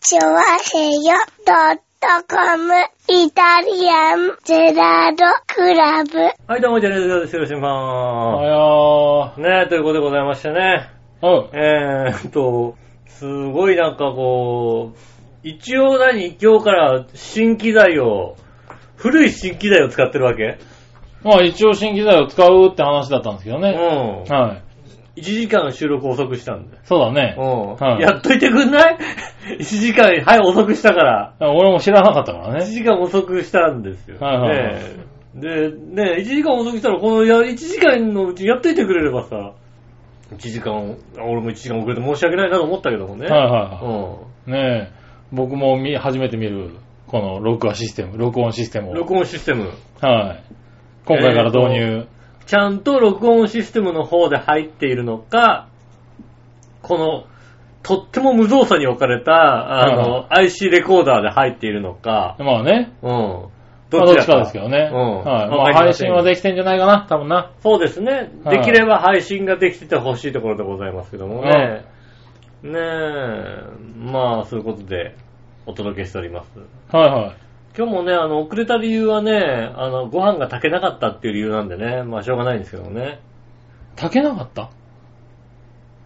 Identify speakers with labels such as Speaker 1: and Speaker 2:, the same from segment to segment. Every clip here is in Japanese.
Speaker 1: チョワヘヨドットコムイタリアンゼラードクラブ。
Speaker 2: はい、どうも、ジャニーズです。よろしくお願いしま
Speaker 3: は
Speaker 2: す。ねえ、ということでございましてね。
Speaker 3: やー。うん。
Speaker 2: えーっと、すごいなんかこう、一応何今日から新機材を、古い新機材を使ってるわけ
Speaker 3: まあ一応新機材を使うって話だったんですけど
Speaker 2: う
Speaker 3: ね。
Speaker 2: ん。
Speaker 3: はい。
Speaker 2: 1時間の収録遅くしたんで。
Speaker 3: そうだね
Speaker 2: う。ん。
Speaker 3: はい
Speaker 2: やっといてくんない ?1 時間、はい、遅くしたから。
Speaker 3: 俺も知らなかったから
Speaker 2: 1
Speaker 3: ね。
Speaker 2: 時間遅くしたんですよ。
Speaker 3: はいはいは
Speaker 2: ね
Speaker 3: い
Speaker 2: えで、ねえ、1時間遅くしたら、このや1時間のうちやっといてくれればさ、1時間、あ俺も1時間遅れて申し訳ないなと思ったけどもね。
Speaker 3: はいはい
Speaker 2: うん
Speaker 3: はい。ねえ、僕も見、初めて見る、この録画システム、録音システムを。
Speaker 2: 録音システム。
Speaker 3: はい。今回から導入。
Speaker 2: ちゃんと録音システムの方で入っているのか、この、とっても無造作に置かれた、あ
Speaker 3: はい
Speaker 2: の、IC レコーダーで入っているのか、
Speaker 3: まあね。
Speaker 2: うん。
Speaker 3: まあ
Speaker 2: ど
Speaker 3: ど
Speaker 2: っ
Speaker 3: っ
Speaker 2: ち
Speaker 3: ち
Speaker 2: か
Speaker 3: かですけどね。
Speaker 2: うんわ
Speaker 3: はい。ま
Speaker 2: かり
Speaker 3: あ
Speaker 2: ま
Speaker 3: 配
Speaker 2: せん
Speaker 3: 信はできてんじゃないかな、多分な。
Speaker 2: そうですね。
Speaker 3: はい
Speaker 2: できれば配信ができててほしいところでございますけどもね。ねえ、まあ、そういうことでお届けしております。
Speaker 3: はいはい。
Speaker 2: 今日もね、あの、遅れた理由はね、あの、ご飯が炊けなかったっていう理由なんでね、まあ、しょうがないんですけどもね。
Speaker 3: 炊けなかった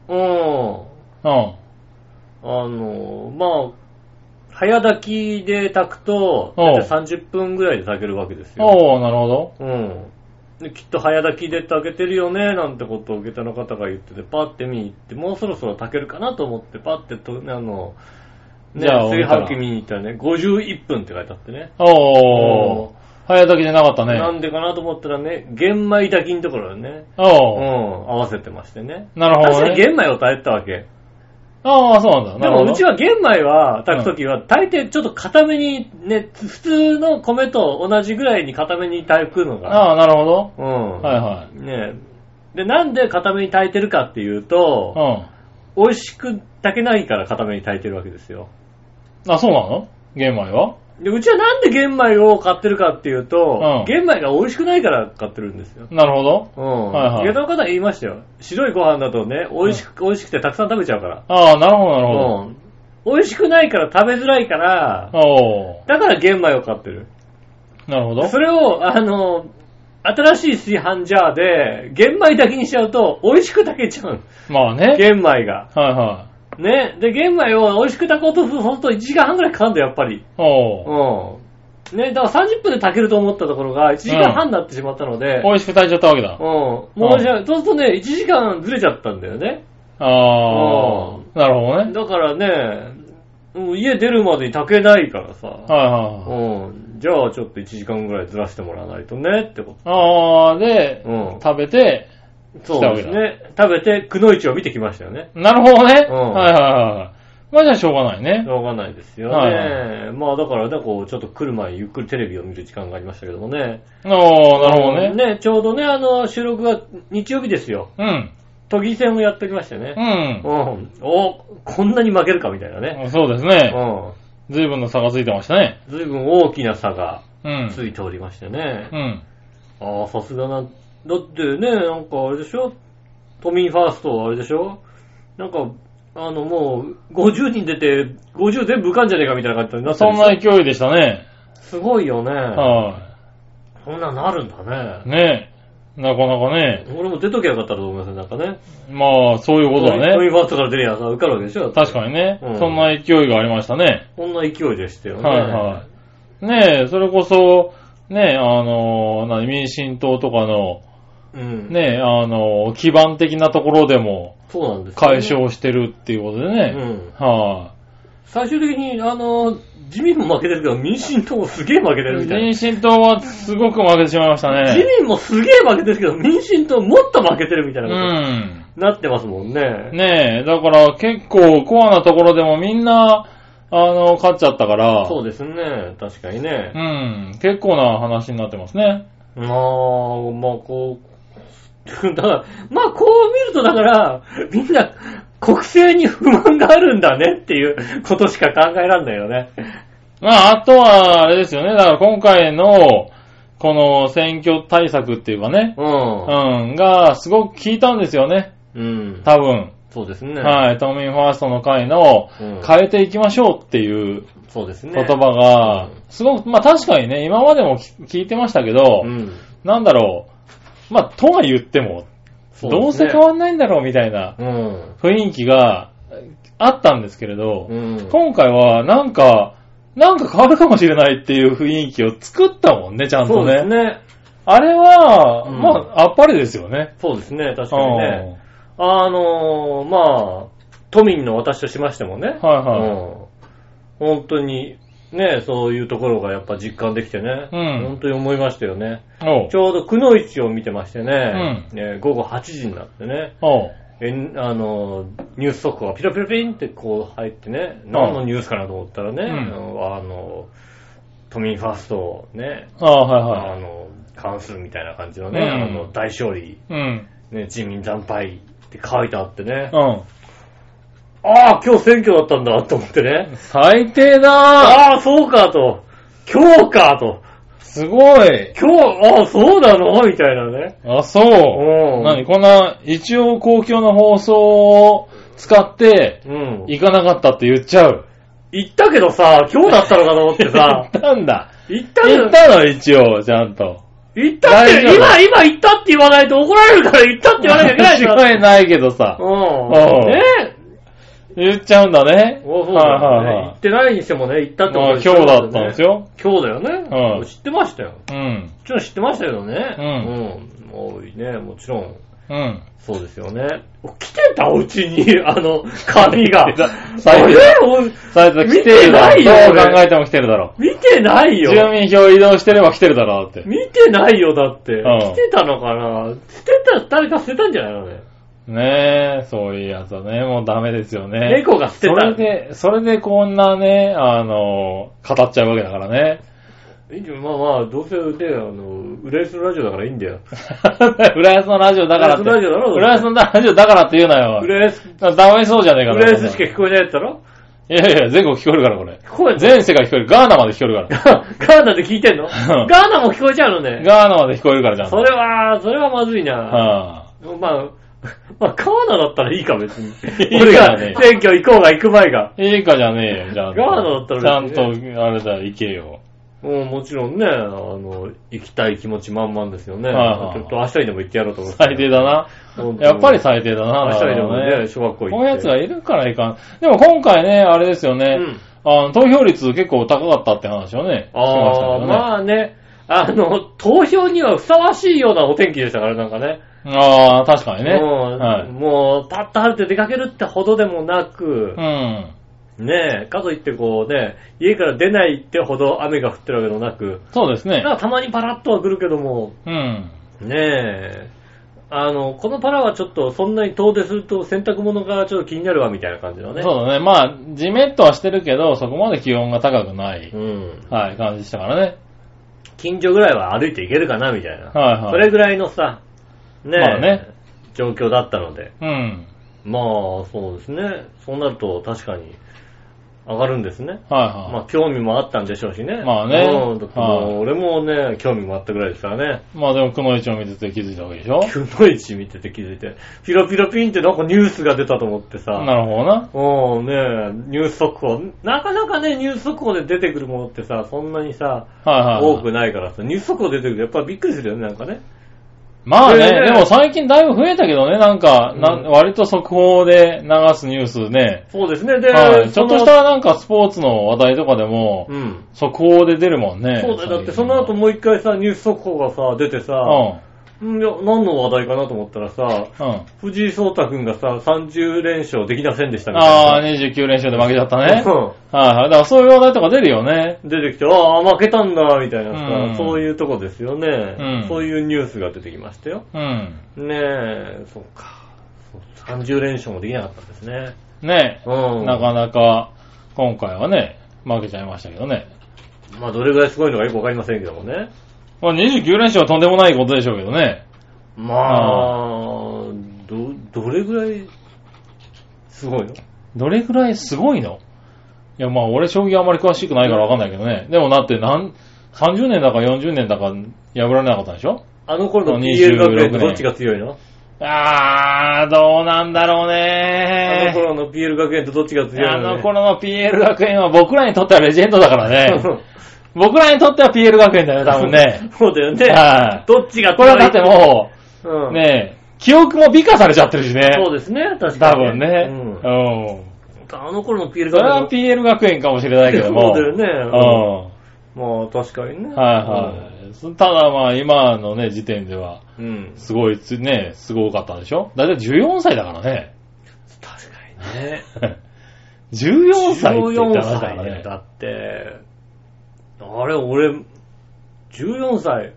Speaker 2: うん。
Speaker 3: うん。
Speaker 2: あの、まあ、早炊きで炊くと、
Speaker 3: おう
Speaker 2: 大体30分ぐらいで炊けるわけですよ。
Speaker 3: おー、なるほど。
Speaker 2: うん。で、きっと早炊きで炊けてるよね、なんてことを下駄の方が言ってて、パッて見に行って、もうそろそろ炊けるかなと思って、パッてと、あの、ね、
Speaker 3: じゃあ
Speaker 2: 炊飯器見に行ったらね、51分って書いてあってね。
Speaker 3: おー。早炊きじゃなかったね。
Speaker 2: なんでかなと思ったらね、玄米炊きのところでね、うん、
Speaker 3: おー。
Speaker 2: 合わせてましてね。
Speaker 3: なる
Speaker 2: 確
Speaker 3: ほ
Speaker 2: か
Speaker 3: ど
Speaker 2: に
Speaker 3: ね。
Speaker 2: 玄米を炊いてたわけ。
Speaker 3: ああ、そうなんだ。
Speaker 2: で
Speaker 3: なるほ
Speaker 2: も
Speaker 3: ど
Speaker 2: うちは玄米は炊くときは、大抵ちょっと固めに、ね、普通の米と同じぐらいに固めに炊くのが。
Speaker 3: ああ、なるほど。
Speaker 2: うん。
Speaker 3: はいはい。
Speaker 2: ねえ。で、なんで固めに炊いてるかっていうと、
Speaker 3: う
Speaker 2: 美味しく炊けないから固めに炊いてるわけですよ。
Speaker 3: ん。あ、そうなの玄米は
Speaker 2: で、うちはなんで玄米を買ってるかっていうと、
Speaker 3: うん
Speaker 2: 玄米が美味しくないから買ってるんですよ。
Speaker 3: なるほど。
Speaker 2: うん。
Speaker 3: はいはい
Speaker 2: 家の方が言いましたよ。白いご飯だとね、美味しく、美味しくてたくさん食べちゃうから。
Speaker 3: ああ、なるほど、なるほど。
Speaker 2: うん。美味しくないから食べづらいから、
Speaker 3: お
Speaker 2: だから玄米を買ってる。
Speaker 3: ー。なるほど。
Speaker 2: それを、あの、新しい炊飯ジャーで、玄米だけにしちゃうと、美味しく炊けちゃう。
Speaker 3: まあね。
Speaker 2: 玄米が。
Speaker 3: はいは
Speaker 2: ね。で、玄米を美味しく炊こうとすると、ほんと1時間半くらいかかるんだよ、やっぱり。
Speaker 3: い。おー。
Speaker 2: うん。ね、だから30分で炊けると思ったところが、1時間半になってしまったので、
Speaker 3: 美味しく炊いちゃったわけだ
Speaker 2: うん。。もうじゃそうするとね、1時間ずれちゃったんだよね。
Speaker 3: あ
Speaker 2: う
Speaker 3: あ。なるほどね。
Speaker 2: だからね、もう家出るまでに炊けないからさ、
Speaker 3: はいはいうはい。
Speaker 2: ん。じゃあちょっと1時間ぐらいずらしてもらわないとね、ってこと。
Speaker 3: ああ、で、
Speaker 2: うん。
Speaker 3: 食べて、
Speaker 2: そうですね。食べて、くのいちを見てきましたよね。
Speaker 3: なるほどね。はい
Speaker 2: うん
Speaker 3: はいはい。まあじゃあしょうがないね
Speaker 2: し。ょうがないですよね。
Speaker 3: はい
Speaker 2: まあだからね、こう、ちょっと来る前にゆっくりテレビを見る時間がありましたけどもね。
Speaker 3: おー、なるほどね。
Speaker 2: ね、ちょうどね、あの、収録が日曜日ですよ。
Speaker 3: うん。
Speaker 2: 都議選をやっておりましてね。
Speaker 3: う
Speaker 2: うん。お、こんなに負けるかみたいなね。
Speaker 3: ん。そうです
Speaker 2: う
Speaker 3: ね。
Speaker 2: ん。
Speaker 3: 随分の差がついてましたね。
Speaker 2: 随分大きな差が
Speaker 3: うん。
Speaker 2: ついておりましてね。
Speaker 3: うん。
Speaker 2: ああ、さすがな。だってね、なんかあれでしょ都民ファーストはあれでしょなんか、あのもう、50人出て、50全部浮かんじゃねえかみたいな感じになって
Speaker 3: そ
Speaker 2: る
Speaker 3: ん
Speaker 2: でしょ
Speaker 3: な勢いでしたね。
Speaker 2: すごいよね。
Speaker 3: は
Speaker 2: そんなのあるんだ
Speaker 3: い。
Speaker 2: ね。
Speaker 3: ねなかなかね。
Speaker 2: 俺も出ときゃよかったらと思いますね、なんかね。
Speaker 3: まあ、そういうことだ
Speaker 2: 都民
Speaker 3: ね。
Speaker 2: ファーストから出りゃさ、受かるわけでしょ
Speaker 3: 確かにね、
Speaker 2: うん
Speaker 3: そんな勢いがありましたね。
Speaker 2: こんな勢いでしたよね。
Speaker 3: はいはい。ねえ、それこそ、ねえ、あの、何、民進党とかの、
Speaker 2: うん。
Speaker 3: ねえ、あの、基盤的なところでも
Speaker 2: そうなんですよね
Speaker 3: 解消してるっていうことでね。
Speaker 2: うん
Speaker 3: は
Speaker 2: 最終的に、あの、自民も負けてるけど、民進党もすげえ負けてるみ
Speaker 3: い、
Speaker 2: たい
Speaker 3: 民
Speaker 2: な。
Speaker 3: 進党はすごく負けてしまいました
Speaker 2: 自
Speaker 3: ね。
Speaker 2: 民もすげえ負けてるけど、民進党もっと負けてるみたいうなことに
Speaker 3: ん。
Speaker 2: なってますもんね。
Speaker 3: ねえ、だから結構コアなところでもみんな、あの、勝っちゃったから、
Speaker 2: そうですね、確かにね。
Speaker 3: うん、結構な話になってますね。
Speaker 2: まあ、まあこう、 だから、まあこう見るとだから、みんな国政に不満があるんだねっていうことしか考えらんないよね。
Speaker 3: まあ、あとは、あれですよね。だから今回の、この選挙対策っていうかね、
Speaker 2: うん。
Speaker 3: うん、がすごく効いたんですよね。
Speaker 2: うん。
Speaker 3: 多分。
Speaker 2: そうですね。
Speaker 3: はい、都民ファーストの会の
Speaker 2: うん
Speaker 3: 変えていきましょうっていう
Speaker 2: そうですね。
Speaker 3: 言葉が、すごく、まあ確かにね、今までも聞聞いてましたけど、
Speaker 2: うん。
Speaker 3: なんだろう、まあとは言っても、
Speaker 2: そ
Speaker 3: どう
Speaker 2: です
Speaker 3: せ
Speaker 2: ね
Speaker 3: 変わんないんだろうみたいな
Speaker 2: うん。
Speaker 3: 雰囲気がえあったんですけれど、
Speaker 2: うん。
Speaker 3: 今回はなんか、なんか変わるかもしれないっていう雰囲気を作ったもんね、ちゃん
Speaker 2: そ
Speaker 3: と
Speaker 2: うで
Speaker 3: ね。
Speaker 2: すね。
Speaker 3: あれは、
Speaker 2: うん
Speaker 3: まあ、あっぱれですよね。
Speaker 2: そうですね、確かにね。あのー、まあ、都民の私としましてもね
Speaker 3: うん、はいうはい。
Speaker 2: ん。本当に、ね、そういうところがやっぱ実感できてね、
Speaker 3: うん
Speaker 2: 本当に思いましたよね。
Speaker 3: おう
Speaker 2: ちょうどくの市を見てましてね、ね午後8時になってね、
Speaker 3: おう
Speaker 2: えんあの、ニュース速報がピロピロピンってこう入ってね、何のニュースかなと思ったらね、
Speaker 3: うん
Speaker 2: あのあの、都民ファーストをね、
Speaker 3: ああ、はい
Speaker 2: あ
Speaker 3: はい。
Speaker 2: の、関するみたいな感じのね、
Speaker 3: うん
Speaker 2: あの、大勝利、
Speaker 3: うん。
Speaker 2: ね、自民惨敗って書いてあってね、
Speaker 3: うん。
Speaker 2: ああ、今日選挙だったんだと思ってね、
Speaker 3: 最低だー
Speaker 2: ああ、そうかと、今日かと、
Speaker 3: すごい
Speaker 2: 今日、ああ、そうなのみたいなね。
Speaker 3: あ、そう。
Speaker 2: うん。
Speaker 3: 何こんな、一応公共の放送を使って、
Speaker 2: うん。
Speaker 3: 行かなかったって言っちゃう。
Speaker 2: 行ったけどさ、今日だったのかと思って
Speaker 3: 行
Speaker 2: さ
Speaker 3: っ、たんだ。
Speaker 2: 行ったけ
Speaker 3: 行
Speaker 2: ど
Speaker 3: っ、たの、一応、ちゃんと。
Speaker 2: 行ったって
Speaker 3: 大、丈夫
Speaker 2: 今、今行ったって言わないと怒られるから行ったって言わなきゃいけない じゃん。
Speaker 3: 間違いないけどさ。
Speaker 2: うん。
Speaker 3: うん
Speaker 2: ね
Speaker 3: 言っちゃうんだね。
Speaker 2: おそうだよ
Speaker 3: はい
Speaker 2: ね
Speaker 3: はい
Speaker 2: 行
Speaker 3: は
Speaker 2: ってないにしてもね、行ったっ
Speaker 3: い。
Speaker 2: て
Speaker 3: まあ
Speaker 2: こと
Speaker 3: 今日だったんです
Speaker 2: よ。
Speaker 3: よ。
Speaker 2: 今日だよね。
Speaker 3: うん
Speaker 2: 知ってましたよ。も
Speaker 3: うん。
Speaker 2: ちろん知ってましたけどね。
Speaker 3: う
Speaker 2: うん。もうね、もちろん。
Speaker 3: うん。
Speaker 2: そうですよね。来てたうちに、 あの、紙が。
Speaker 3: 最
Speaker 2: あれ
Speaker 3: 低だ。
Speaker 2: お
Speaker 3: 最低だ。来て
Speaker 2: 見
Speaker 3: るだ
Speaker 2: てないよ
Speaker 3: ろ。
Speaker 2: 俺
Speaker 3: どう考えても来てるだろ。
Speaker 2: 見てないよ。
Speaker 3: 住民票移動してれば来てるだろ、だって。
Speaker 2: 見てないよ、だって。
Speaker 3: ん
Speaker 2: 来てたのかな捨てた、誰か捨てたんじゃないのね。
Speaker 3: ねえ、そういうやつはね、もうダメですよね。
Speaker 2: 猫が捨て
Speaker 3: そ
Speaker 2: た。
Speaker 3: れで、それでこんなね、あの、語っちゃうわけだから ね。
Speaker 2: いいじゃんまあまあ、どうせね、あの、浦安のラジオだからいいんだよ。
Speaker 3: 浦安のラジオだからって。
Speaker 2: 浦安のラジオだろ
Speaker 3: 浦安のラジオだからって言うなよ。
Speaker 2: 浦安、
Speaker 3: ダメそうじゃねえかな。
Speaker 2: 浦安しか聞こえないやつだろ
Speaker 3: いやいや、全国聞こえるから、これ。
Speaker 2: 聞こえんの
Speaker 3: 全世界聞こえる。ガーナまで聞こえ るか
Speaker 2: ガーナで聞いてんのガー
Speaker 3: ん
Speaker 2: ナも聞こえちゃうの
Speaker 3: ら。
Speaker 2: ね。
Speaker 3: ガーナまで聞こえるから、じゃんと。
Speaker 2: それは、それはまずいな。
Speaker 3: は
Speaker 2: まあ、 まあ、ガーナだったらいいか、別 に。
Speaker 3: いい
Speaker 2: 俺
Speaker 3: から
Speaker 2: が
Speaker 3: ね
Speaker 2: 選挙行こうが行く前が。
Speaker 3: い。いいかじゃねえよ、じゃんと。
Speaker 2: ガーナだったら別
Speaker 3: ちゃ
Speaker 2: に
Speaker 3: んと、あれだ、行けよ。
Speaker 2: うん、もちろんね、あの、行きたい気持ち満々ですよね。
Speaker 3: はいはい
Speaker 2: ちょっと明日にでも行ってやろうと思って。
Speaker 3: 最低だな。
Speaker 2: 本当に
Speaker 3: やっぱり最低だな、
Speaker 2: 明
Speaker 3: だ
Speaker 2: 日
Speaker 3: から
Speaker 2: にでもね、小学校行って。
Speaker 3: こういうやつがいるからいかん。でも今回ね、あれですよね。
Speaker 2: うん
Speaker 3: あの投票率結構高かったって話をね、しました
Speaker 2: あ
Speaker 3: け
Speaker 2: あ、
Speaker 3: どね。
Speaker 2: まあね、あの、投票にはふさわしいようなお天気でしたから、なんかね。
Speaker 3: ああ、確かにね。
Speaker 2: もう、
Speaker 3: はい。
Speaker 2: もうパッと晴れて出かけるってほどでもなく
Speaker 3: う、ん。
Speaker 2: ねえ、かといってこうね、家から出ないってほど雨が降ってるわけでもなく、
Speaker 3: そうですね
Speaker 2: なん。かたまにパラッとは来るけども、
Speaker 3: うん。
Speaker 2: ねえ、あの、このパラはちょっとそんなに遠出すると洗濯物がちょっと気になるわみたいな感じのね。
Speaker 3: そうだね。まあ、じめっとはしてるけど、そこまで気温が高くない、
Speaker 2: うん。
Speaker 3: はい、感じしたからね。
Speaker 2: 近所ぐらいは歩いていけるかなみたいな。
Speaker 3: はいはい。
Speaker 2: それぐらいのさ、ねえ、
Speaker 3: まあね
Speaker 2: 状況だったので。
Speaker 3: うん。
Speaker 2: まあ、そうですね。そうなると確かに上がるんですね。
Speaker 3: はい
Speaker 2: ま
Speaker 3: は
Speaker 2: あ、興味もあったんでしょうしね。
Speaker 3: まあね
Speaker 2: うん、だっても
Speaker 3: はいう
Speaker 2: 俺もね、興味もあったぐらいですからね。
Speaker 3: い。まあでも、くのいちを見てて気づいたわけでしょ
Speaker 2: くのいち見てて気づいて、ピロピロピンってなんかニュースが出たと思ってさ。
Speaker 3: なるほど
Speaker 2: う
Speaker 3: な。
Speaker 2: ん、ねニュース速報。なかなかね、ニュース速報で出てくるものってさ、そんなにさ、
Speaker 3: はいはいはい。
Speaker 2: 多くないからさ、ニュース速報出てくるとやっぱりびっくりするよね、なんかね。
Speaker 3: まあ
Speaker 2: それ
Speaker 3: ね、
Speaker 2: で
Speaker 3: でも最近だいぶ増えたけどね、なんか、な
Speaker 2: うん
Speaker 3: 割と速報で流すニュースね。
Speaker 2: そうですね。で、
Speaker 3: はい。ちょっとし
Speaker 2: その
Speaker 3: たなんかスポーツの話題とかでも、
Speaker 2: うん。
Speaker 3: 速報で出るもんね。
Speaker 2: そうだよ。だってその後
Speaker 3: も。
Speaker 2: もう一回さ、ニュース速報がさ、出てさ、
Speaker 3: う
Speaker 2: うん、いや、何の話題かなと思ったらさ、
Speaker 3: ん。うん。
Speaker 2: 藤井聡太くんがさ、30連勝できませんでしたみたいな。
Speaker 3: ああ、29連勝で負けちゃったね。
Speaker 2: うん
Speaker 3: はいはい。だからそういう話題とか出るよね。
Speaker 2: 出てきて、ああ、負けたんだ、みたいなさ、
Speaker 3: うん
Speaker 2: そういうとこですよね、
Speaker 3: うん
Speaker 2: そういうニュースが出てきましたよ。
Speaker 3: うん。
Speaker 2: ねえ、そうか。そう30連勝もできなかったんですね。
Speaker 3: ね
Speaker 2: うん。
Speaker 3: なかなか、今回はね、負けちゃいましたけどね。
Speaker 2: まあ、どれぐらいすごいのかよくわかりませんけどもね。
Speaker 3: まあ29連勝はとんでもないことでしょうけどね。
Speaker 2: まあ、ど、どれぐらい、すごいの
Speaker 3: どれぐらいすごいのいや、まあ俺将棋あんまり詳しくないからわかんないけどね。でもだってなん、30年だか40年だか破られなかったでしょ
Speaker 2: あの頃の
Speaker 3: あ
Speaker 2: PL 学園
Speaker 3: 26
Speaker 2: と
Speaker 3: 年
Speaker 2: どっちが強いの
Speaker 3: あー、どうなんだろう
Speaker 2: あの
Speaker 3: ね
Speaker 2: 頃の PL 学園とどっちが強い
Speaker 3: あ
Speaker 2: の、ね、
Speaker 3: の頃の PL 学園は僕らにとってはレジェンドだ からね。
Speaker 2: ね。
Speaker 3: 僕らにとっては PL 学園だよね、多分ね。
Speaker 2: そうだよ ね。
Speaker 3: は
Speaker 2: どっちが
Speaker 3: い。これはだっても
Speaker 2: う
Speaker 3: う、
Speaker 2: ん、
Speaker 3: ねえ、記憶も美化されちゃってるしね。
Speaker 2: そうですね、確か
Speaker 3: 多
Speaker 2: に。
Speaker 3: 分ね。うん。
Speaker 2: うん。あの頃の PL
Speaker 3: そ
Speaker 2: 学
Speaker 3: れは
Speaker 2: 園
Speaker 3: PL 学園かもしれないけども。
Speaker 2: そうだ
Speaker 3: う
Speaker 2: よね。
Speaker 3: ん。
Speaker 2: まあ、確かにね。
Speaker 3: はいはい。ただまあ今のね、時点では、
Speaker 2: い。うん。
Speaker 3: すごいつ、ね、すごかったでしょだいたい14歳だからね。
Speaker 2: 確かに ね。
Speaker 3: 14歳って言っ
Speaker 2: 14
Speaker 3: てましたか
Speaker 2: 歳
Speaker 3: ら
Speaker 2: だよ
Speaker 3: ね。
Speaker 2: だって、あれ、俺、14歳。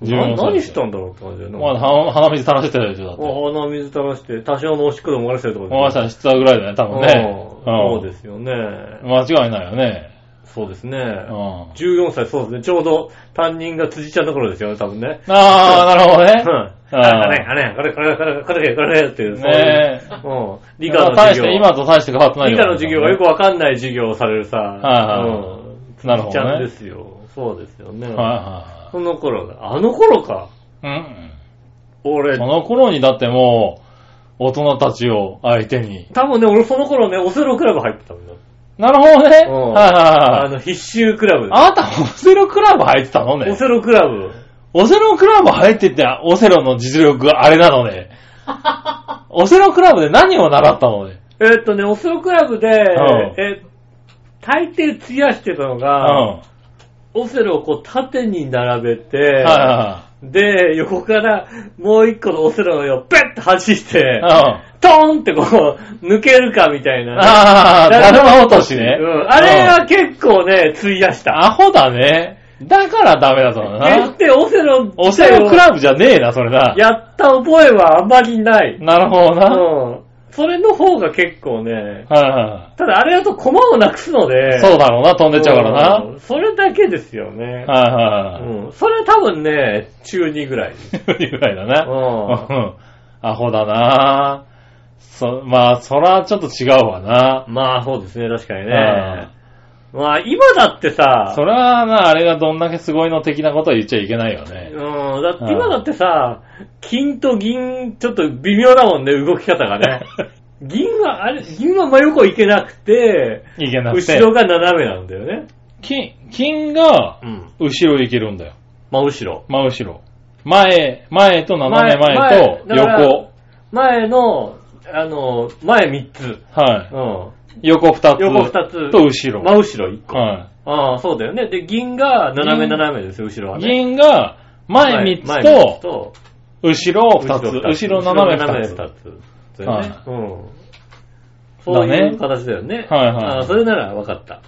Speaker 2: な
Speaker 3: 14歳
Speaker 2: 何したんだろうって感じだよね。
Speaker 3: まあ鼻鼻水垂らしてたでしょ、だって。
Speaker 2: お鼻水垂らして、多少のおしっこでも漏らしてるとか
Speaker 3: お前さん知ってたぐらいだよね、多分ね。。
Speaker 2: そうですすよね。
Speaker 3: 間違いないよね。
Speaker 2: そうですね。
Speaker 3: うん。
Speaker 2: 14歳、そうですね。ちょうど担任が辻ちゃんの頃ですよね、多分ね。
Speaker 3: ああ、なるほど
Speaker 2: う
Speaker 3: ね
Speaker 2: ん。。 あれ、あれ、これ、これ、これ、これ、これっていう。そういう
Speaker 3: ねえ。
Speaker 2: うん。理
Speaker 3: 理
Speaker 2: 科の
Speaker 3: 大し
Speaker 2: 授業。
Speaker 3: て、今と大して変わってない
Speaker 2: 理科の授業がよくわかんない授業をされるさ。
Speaker 3: はいはい
Speaker 2: うん。
Speaker 3: なるほ
Speaker 2: 辻
Speaker 3: どね
Speaker 2: ちゃんですよ。そうですよね。
Speaker 3: くは
Speaker 2: その頃が。あの頃か。
Speaker 3: いはい。うん。
Speaker 2: 俺
Speaker 3: そ、の頃にだってもう、大人たちを相手に。
Speaker 2: 多分ね、俺その頃ね、オセロクラブ入ってたんだ。
Speaker 3: なるほどね。
Speaker 2: うん
Speaker 3: はいはい
Speaker 2: あ
Speaker 3: はい。
Speaker 2: の、必修クラブで
Speaker 3: あなた、オセロクラブ入ってたの
Speaker 2: す。オ
Speaker 3: ね。
Speaker 2: セロクラブ。
Speaker 3: オセロクラブ入ってて、オセロの実力があれなのね。 オセロクラブで何を習ったのね。
Speaker 2: えーっとね、オセロクラブで、
Speaker 3: ん
Speaker 2: え、大抵費やしてたの
Speaker 3: うん。
Speaker 2: が、
Speaker 3: は
Speaker 2: オセロをこう縦に並べて、
Speaker 3: いは
Speaker 2: で、横からもう一個のオセロの絵をペッて走して
Speaker 3: い、はい。
Speaker 2: トーンってこう、抜けるかみたい
Speaker 3: うん。
Speaker 2: なね。
Speaker 3: ああ、だるま落としね。
Speaker 2: うん。あれは結構ね、費やし
Speaker 3: うん、
Speaker 2: た。
Speaker 3: アホだね。だからダメだったんだ
Speaker 2: 決
Speaker 3: な
Speaker 2: し。てオセロ、
Speaker 3: オセロクラブじゃねえな、それな。
Speaker 2: やった覚えはあまりない。
Speaker 3: なるほど
Speaker 2: う
Speaker 3: な。はい
Speaker 2: ん。それの方が結構ね、
Speaker 3: は
Speaker 2: ただあれだと駒をなくすの
Speaker 3: い。
Speaker 2: で、
Speaker 3: そうだろうな、飛んでっちゃうからな。
Speaker 2: うん。それだけですよね。
Speaker 3: はいはいはい。
Speaker 2: うん。それ多分ね、中2ぐらい。
Speaker 3: いうぐらいだ
Speaker 2: う
Speaker 3: な。
Speaker 2: ん。
Speaker 3: うん。 アホだなそ、まあ、そらちょっと違うわな。
Speaker 2: まあ、そうですね、確かに
Speaker 3: う
Speaker 2: ね。まあ、今だってさ、
Speaker 3: そらな、あれがどんだけすごいの的なことは言っちゃいけないよね。
Speaker 2: うん、だって
Speaker 3: うん
Speaker 2: 今だってさ、金と銀、ちょっと微妙だもんね、動き方が ね。銀は、あれ、銀は真横いけなくて、
Speaker 3: いけなくて。
Speaker 2: 後ろが斜めなんだよね。
Speaker 3: 金、金が、
Speaker 2: うん。
Speaker 3: 後ろいけるんだよ。
Speaker 2: 真後ろ。
Speaker 3: 真後ろ。前、前と斜め前
Speaker 2: 前
Speaker 3: と
Speaker 2: 前だから
Speaker 3: 横。
Speaker 2: 前の、あの、前3つ。
Speaker 3: はい。
Speaker 2: うん。
Speaker 3: 横二つ。
Speaker 2: 横2つ。
Speaker 3: と後ろ。
Speaker 2: 真後ろ1個。
Speaker 3: は。
Speaker 2: ああ、そうだよね。で、銀が斜め斜めですよ、後ろはいね。
Speaker 3: 銀が、前
Speaker 2: はい前
Speaker 3: 三つと、
Speaker 2: と、
Speaker 3: 後ろ 二つ。
Speaker 2: 二
Speaker 3: 後ろ斜め二
Speaker 2: 二
Speaker 3: つ。
Speaker 2: つだよね。うん。そう
Speaker 3: だ
Speaker 2: い
Speaker 3: ね
Speaker 2: う形だよね。
Speaker 3: はいはい
Speaker 2: ああそれなら分かった。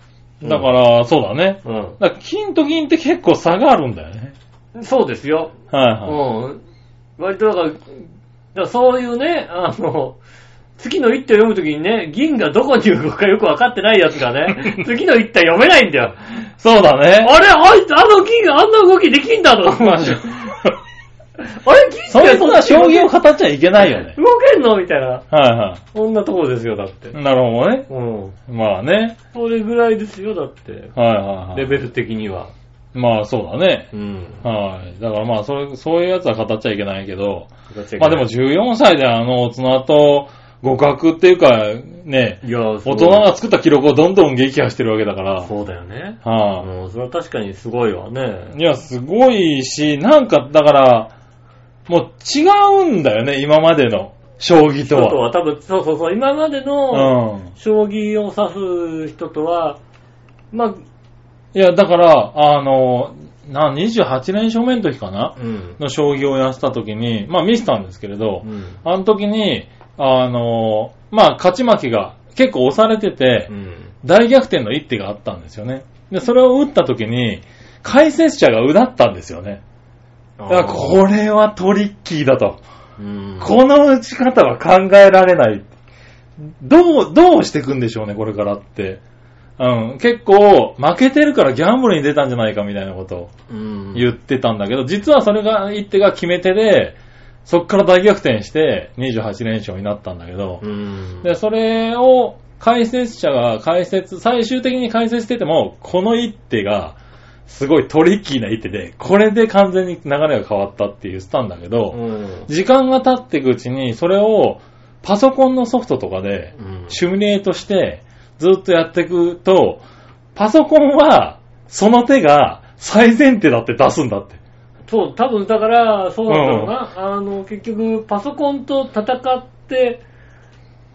Speaker 3: だから、そうだね。
Speaker 2: うん。
Speaker 3: だから金と銀って結構差があるんだよね。
Speaker 2: そうですよ。
Speaker 3: はいはい。
Speaker 2: うん。割とだから、だからそういうね、あの、次の一手を読むときにね、銀がどこに動くかよく分かってないやつが ね、次の一手読めないんだよ。
Speaker 3: そうだね。
Speaker 2: あれ、あいつ、あの銀があんな動きできんだとか思
Speaker 3: ま
Speaker 2: う
Speaker 3: あ
Speaker 2: し
Speaker 3: しょ
Speaker 2: あれ、銀って
Speaker 3: そんなそんな将
Speaker 2: 動
Speaker 3: 棋を語っちゃいけないよね。
Speaker 2: けんのみたいな。
Speaker 3: はいは
Speaker 2: そんなところですよ、だって。
Speaker 3: い。なるほどね。
Speaker 2: うん。
Speaker 3: まあね。
Speaker 2: それぐらいですよ、だって。
Speaker 3: はいはいはい。
Speaker 2: レベル的には。
Speaker 3: まあそうだね。
Speaker 2: うん。
Speaker 3: はい。だからまあそれ、そういうやつは語っちゃいけないけど、まあでも、14歳であの大人と互角っていうか、ね、
Speaker 2: いや、
Speaker 3: 大人が作った記録をどんどん撃破してるわけだから、
Speaker 2: そうだよね。
Speaker 3: は
Speaker 2: うん、それは確かにすごいわね
Speaker 3: い。。いや、すごいし、なんか、だから、もう違うんだよね、今までの将棋と
Speaker 2: 人と
Speaker 3: は。
Speaker 2: は多分、そうそうそう、今までの
Speaker 3: うん。
Speaker 2: 将棋を指す人とは、まあ、
Speaker 3: いや、だから、あの、な、28連勝目の時かな
Speaker 2: うん。
Speaker 3: の将棋をやってた時に、まあ見せたんですけれど
Speaker 2: う、ん。
Speaker 3: あの時に、あの、まあ勝ち負けが結構押されてて、大逆転の一手があったんですよね。で、それを打った時に、解説者がうだったんですよね。
Speaker 2: だ
Speaker 3: だからこれはトリッキーだと。
Speaker 2: うん、
Speaker 3: この打ち方は考えられない。どう、どうしていくんでしょうね、これからって。うん、結構、負けてるからギャンブルに出たんじゃないかみたいなことを
Speaker 2: うん、
Speaker 3: 言ってたんだけど、実はそれが、一手が決め手で、そっから大逆転して28連勝になったんだけど
Speaker 2: う、ん。
Speaker 3: で、それを解説者が解説、最終的に解説してても、この一手がすごいトリッキーな一手で、これで完全に流れが変わったって言ってたんだけど、
Speaker 2: うん。
Speaker 3: 時間が経っていくうちに、それをパソコンのソフトとかで
Speaker 2: うん
Speaker 3: シミュレートして、ずっとやっていくと、パソコンは、その手が最前提だって出すんだって。
Speaker 2: そう、多分だから、そうなんだろうな。あの、結局、パソコンと戦って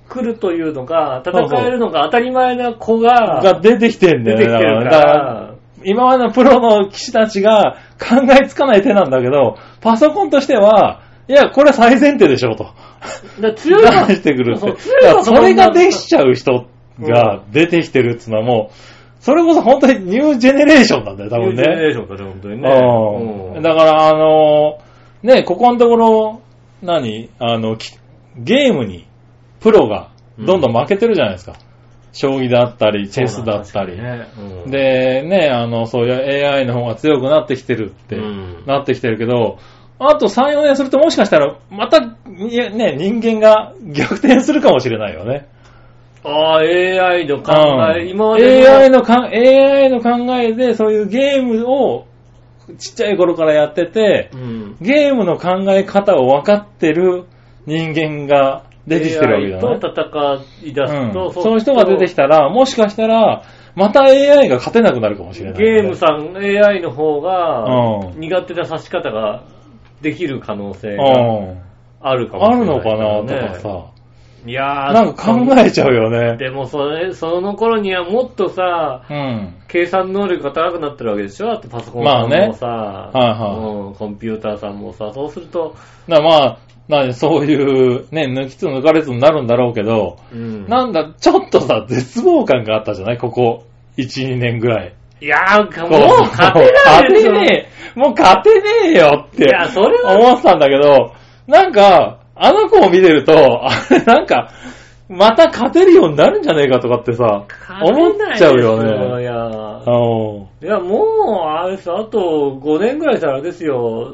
Speaker 2: くるというのが、
Speaker 3: そうそう
Speaker 2: 戦えるのが当たり前な子が
Speaker 3: が出てきてんだ
Speaker 2: 出て
Speaker 3: よね。
Speaker 2: きてるか
Speaker 3: だから
Speaker 2: ら、
Speaker 3: 今までのプロの騎士たちが考えつかない手なんだけど、パソコンとしては、いや、これ最前提でしょ、と。
Speaker 2: だから強い
Speaker 3: 出
Speaker 2: パ
Speaker 3: してくるって。
Speaker 2: そう
Speaker 3: だ
Speaker 2: 強い
Speaker 3: から
Speaker 2: パソ
Speaker 3: そ
Speaker 2: コン
Speaker 3: れができちゃう人が出てきてるっつうのはもう、それこそ本当にニュージェネレーションなんだよ、多分
Speaker 2: ニュージェネレ
Speaker 3: ね。
Speaker 2: ーションだね、本当にね。う
Speaker 3: う
Speaker 2: んん
Speaker 3: だから、あのーね、ここのところ、何あの、きゲームに、プロが、どんどん負けてるじゃないですか。将棋だったり、チェスだったり。
Speaker 2: そうなんですよねうん
Speaker 3: で、ね、あの、そういう AI の方が強くなってきてるって、
Speaker 2: うん
Speaker 3: なってきてるけど、あと3、4年するともしかしたら、また、いやね、人間が逆転するかもしれないよね。
Speaker 2: ああ、AI の考え、
Speaker 3: うん
Speaker 2: 今までの
Speaker 3: AI のか AI の考えで、そういうゲームを、ちっちゃい頃からやってて、
Speaker 2: うん、
Speaker 3: ゲームの考え方を分かってる人間が出てきてるわけじゃない
Speaker 2: AI と戦い出すと、
Speaker 3: うんそういう人が出てきたら、もしかしたら、また AI が勝てなくなるかもしれないよね、
Speaker 2: ゲームさん、AI の方が
Speaker 3: う、ん
Speaker 2: 苦手な指し方ができる可能性が
Speaker 3: うん。
Speaker 2: あるかもし
Speaker 3: あ
Speaker 2: れ
Speaker 3: る
Speaker 2: ない、
Speaker 3: のかなとか
Speaker 2: ね。
Speaker 3: さ、
Speaker 2: いやー
Speaker 3: なんか考えちゃうよね。
Speaker 2: でもそれ、その頃にはもっとさ、
Speaker 3: うん。
Speaker 2: 計算能力が高くなってるわけでしょだってパソコン
Speaker 3: ま
Speaker 2: さ
Speaker 3: あ
Speaker 2: ん
Speaker 3: ね
Speaker 2: もさ、
Speaker 3: はいは
Speaker 2: うんコンピューターさんもさ、そうすると、
Speaker 3: だからまあ、なんでそういう、ね、抜きつ抜かれつになるんだろうけど、
Speaker 2: うん
Speaker 3: なんだ、ちょっとさ、絶望感があったじゃないここ、1、2年ぐらい。
Speaker 2: いやー、
Speaker 3: こ
Speaker 2: もう勝てないでしょ
Speaker 3: 勝てねえ もう勝てねえよって。
Speaker 2: いやそれは
Speaker 3: 思ってたんだけど、なんか、あの子を見てると、あれ、なんか、また勝てるようになるんじゃねえかとかってさ、思っちゃうよね。
Speaker 2: いやー
Speaker 3: うん
Speaker 2: いや、もう、あれですあと5年ぐらいしたらあれですよ、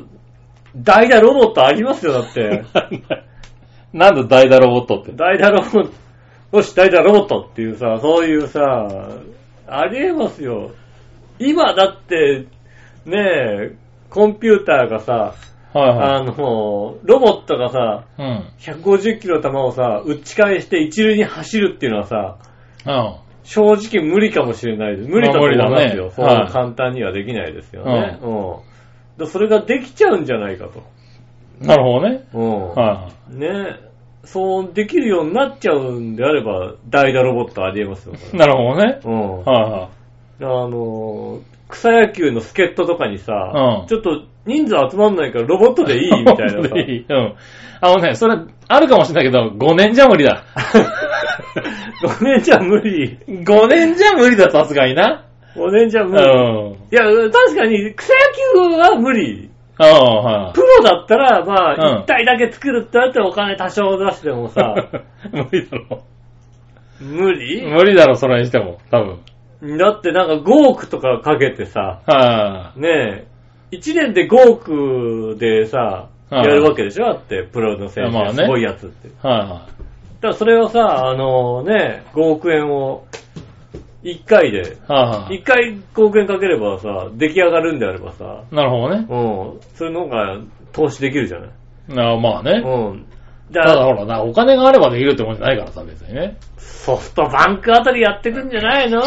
Speaker 2: 代打ロボットありますよ、だ って。
Speaker 3: なんだ、代打ロボットって。
Speaker 2: 代打ロボット、よし、代打ロボットっていうさ、そういうさ、ありえますよ。今だって、ねえ、コンピューターがさ、
Speaker 3: はいは
Speaker 2: あの、ロボットがさ、
Speaker 3: い。うん。
Speaker 2: 150キロの球をさ、打ち返して一塁に走るっていうのはさ、
Speaker 3: うん。
Speaker 2: 正直無理かもしれないです。無理だと思いますよ。
Speaker 3: まあ無理だね
Speaker 2: そう簡単にはできないですよね。うん。だそれができちゃうんじゃないかと。
Speaker 3: なるほどね。
Speaker 2: うん。
Speaker 3: は
Speaker 2: ねそうできるようになっちゃうんであれば、代打ロボットありえますよ。こ
Speaker 3: い。
Speaker 2: れ
Speaker 3: なるほどね。
Speaker 2: うん。あ
Speaker 3: は
Speaker 2: のー、草野球の助っ人とかにさ、
Speaker 3: うん
Speaker 2: ちょっと人数集まんないからロボットでい
Speaker 3: い
Speaker 2: い
Speaker 3: はい。
Speaker 2: みた いなさ。
Speaker 3: いい。うん。あのね、それ、あるかもしれないけど、5年じゃ無理 だ。
Speaker 2: 5年じゃ無理。
Speaker 3: 5年じゃ無理だ、さすがにな。
Speaker 2: 5年じゃ
Speaker 3: う
Speaker 2: 無
Speaker 3: ん。
Speaker 2: 理。
Speaker 3: うん。
Speaker 2: いや、確かに草野球は無理。
Speaker 3: は
Speaker 2: プロだったら、ま
Speaker 3: う
Speaker 2: あ、
Speaker 3: ん
Speaker 2: 一体だけ作るってなったらお金多少出しても
Speaker 3: い。
Speaker 2: さ、
Speaker 3: 無理だろ。
Speaker 2: 無理
Speaker 3: 無理だろ、それにしても。多分。
Speaker 2: だってなんか5億とかかけてさ、
Speaker 3: は
Speaker 2: ねえ、1年で5億でさ、
Speaker 3: うん
Speaker 2: やるわけでしょだって、プロの選
Speaker 3: まあ
Speaker 2: 手、
Speaker 3: ね
Speaker 2: すごいやつって。
Speaker 3: い。は
Speaker 2: だからそれをさ、あのね、5億円を、1回で、
Speaker 3: いはい。はいは
Speaker 2: 1回5億円かければさ、出来上がるんであればさ、
Speaker 3: い。なるほどね。
Speaker 2: うん、それの方が投資できるじゃない。
Speaker 3: なまあね。
Speaker 2: うん。
Speaker 3: た
Speaker 2: だ
Speaker 3: だほらな、お金があればできるってもんじゃないからさ、別にね。
Speaker 2: ソフトバンクあたりやってくんじゃないの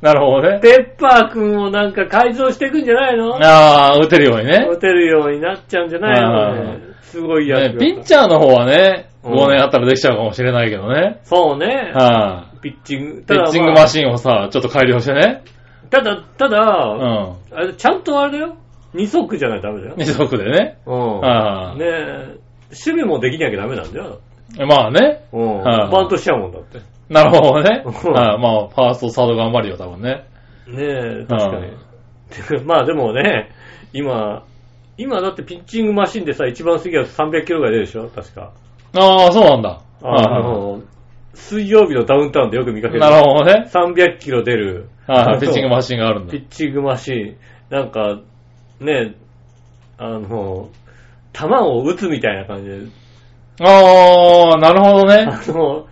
Speaker 3: なるほどね。
Speaker 2: ペッパーくんをなんか改造していくんじゃないの
Speaker 3: ああ、打てるようにね。
Speaker 2: 打てるようになっちゃうんじゃないのね。すごいやつ
Speaker 3: ね
Speaker 2: が、
Speaker 3: ピッチャーの方はね、
Speaker 2: うん
Speaker 3: 5年あったらできちゃうかもしれないけどね。
Speaker 2: そうね。
Speaker 3: はい、
Speaker 2: ピッチング。
Speaker 3: ピ
Speaker 2: ただまあ
Speaker 3: ッチングマシンをさ、ちょっと改良してね。
Speaker 2: ただ、た
Speaker 3: う
Speaker 2: だ、
Speaker 3: ん。
Speaker 2: あれちゃんとあれだよ。二足じゃないとダメだよ。
Speaker 3: 二足でね。ああ
Speaker 2: うん。ねえ、守備もできなきゃダメなんだよ。
Speaker 3: まあね。
Speaker 2: うん。
Speaker 3: ああ
Speaker 2: バントしちゃうもんだって。
Speaker 3: なるほどね。
Speaker 2: うん
Speaker 3: はいまあ、ファースト、サード頑張るよ、多分ね。
Speaker 2: ねえ、確かに。 まあでもね、今、今だってピッチングマシンでさ、一番すげえやつ300キロぐらい出るでしょ確か。
Speaker 3: ああ、そうなんだ。
Speaker 2: あ
Speaker 3: は
Speaker 2: の、水曜日のダウンタウンでよく見かけ
Speaker 3: い
Speaker 2: る。
Speaker 3: なるほどね。
Speaker 2: 300キロ出る。
Speaker 3: は
Speaker 2: あ
Speaker 3: い
Speaker 2: の
Speaker 3: ピッチングマシンがあるんだ
Speaker 2: ピ。ッチングマシーン。なんか、ね、あの、球を打つみたいな感じで、
Speaker 3: ああ、なるほどね。
Speaker 2: あの、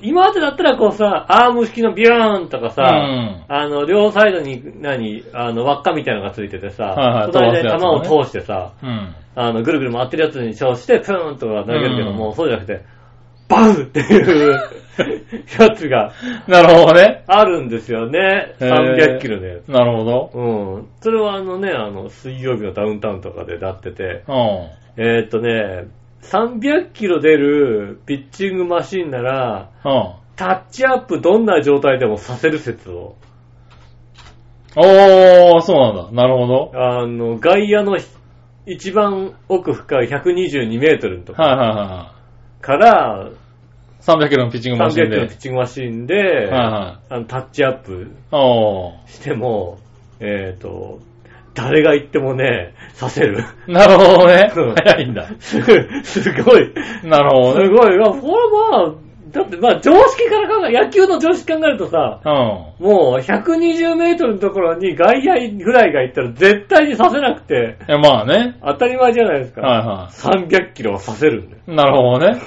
Speaker 2: 今までだったらこうさ、アーム式のビューンとかさ、
Speaker 3: うん
Speaker 2: あの、両サイドに、何、あの、輪っかみたいなのがついててさ、
Speaker 3: はいはい
Speaker 2: その間
Speaker 3: 飛ばすやつ
Speaker 2: に球を通してさ、
Speaker 3: うん。
Speaker 2: あの、ぐるぐる回ってるやつに調子して、プーンとか投げるけど
Speaker 3: うん
Speaker 2: も、そうじゃなくて、バウっていう やつが
Speaker 3: なるほどね。
Speaker 2: あるんですよね。
Speaker 3: へー
Speaker 2: 300キロのやつ。
Speaker 3: なるほど。
Speaker 2: うん。それはあのね、あの、水曜日のダウンタウンとかでなってて、
Speaker 3: うん。
Speaker 2: えーっとね、300キロ出るピッチングマシンなら、
Speaker 3: うん。
Speaker 2: タッチアップどんな状態でもさせる説を、
Speaker 3: おー、そうなんだ。なるほど。
Speaker 2: あの、外野の一番奥深い122メートルのとこ
Speaker 3: はいはいはいは
Speaker 2: から、
Speaker 3: い。300キロのピッチングマ
Speaker 2: 300
Speaker 3: シ
Speaker 2: キ
Speaker 3: ン
Speaker 2: ロの
Speaker 3: で
Speaker 2: ピッ。チングマシンで、
Speaker 3: はいは
Speaker 2: あのタッチアップ
Speaker 3: お
Speaker 2: しても、えー、と、誰が行ってもね、させる。
Speaker 3: ー。なるほどね。
Speaker 2: うん
Speaker 3: 早いんだ。
Speaker 2: すすごい、
Speaker 3: なるほど
Speaker 2: す
Speaker 3: ね。
Speaker 2: ごい。まあ、これはまあ、だってまあ常識から考え、野球の常識考えるとさ、
Speaker 3: うん。
Speaker 2: もう120メートルのところに外野ぐらいが行ったら絶対にさせなくて、
Speaker 3: いや、まあね。
Speaker 2: 当たり前じゃないですか。
Speaker 3: はいは
Speaker 2: 300キロはさせるんだよ。
Speaker 3: い。なるほどね。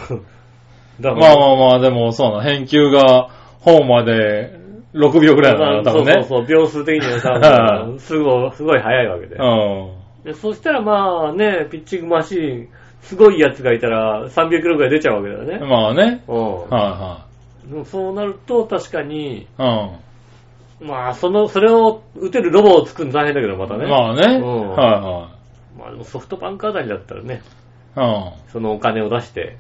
Speaker 2: だ
Speaker 3: まあまあまあ、でもそうな。返球が、ホームまで6秒ぐらいだから、多
Speaker 2: そう
Speaker 3: 分
Speaker 2: そう
Speaker 3: ね。
Speaker 2: そう、秒数的には多
Speaker 3: う
Speaker 2: 分、すごい、すごい早いわけで
Speaker 3: う。ん。
Speaker 2: でそしたらまあね、ピッチングマシーン、すごいやつがいたら300キロぐらい出ちゃうわけだよね。
Speaker 3: まあね。
Speaker 2: う
Speaker 3: は
Speaker 2: ん。でもそうなると確かに、
Speaker 3: いはい。
Speaker 2: まあその、それを打てるロボを作るの大変だけどまた
Speaker 3: う
Speaker 2: ね。
Speaker 3: ん。
Speaker 2: まあ、
Speaker 3: まあね。
Speaker 2: うん
Speaker 3: は
Speaker 2: でもソフトバンクあたりだったらね、
Speaker 3: いはい。
Speaker 2: そのお金を出して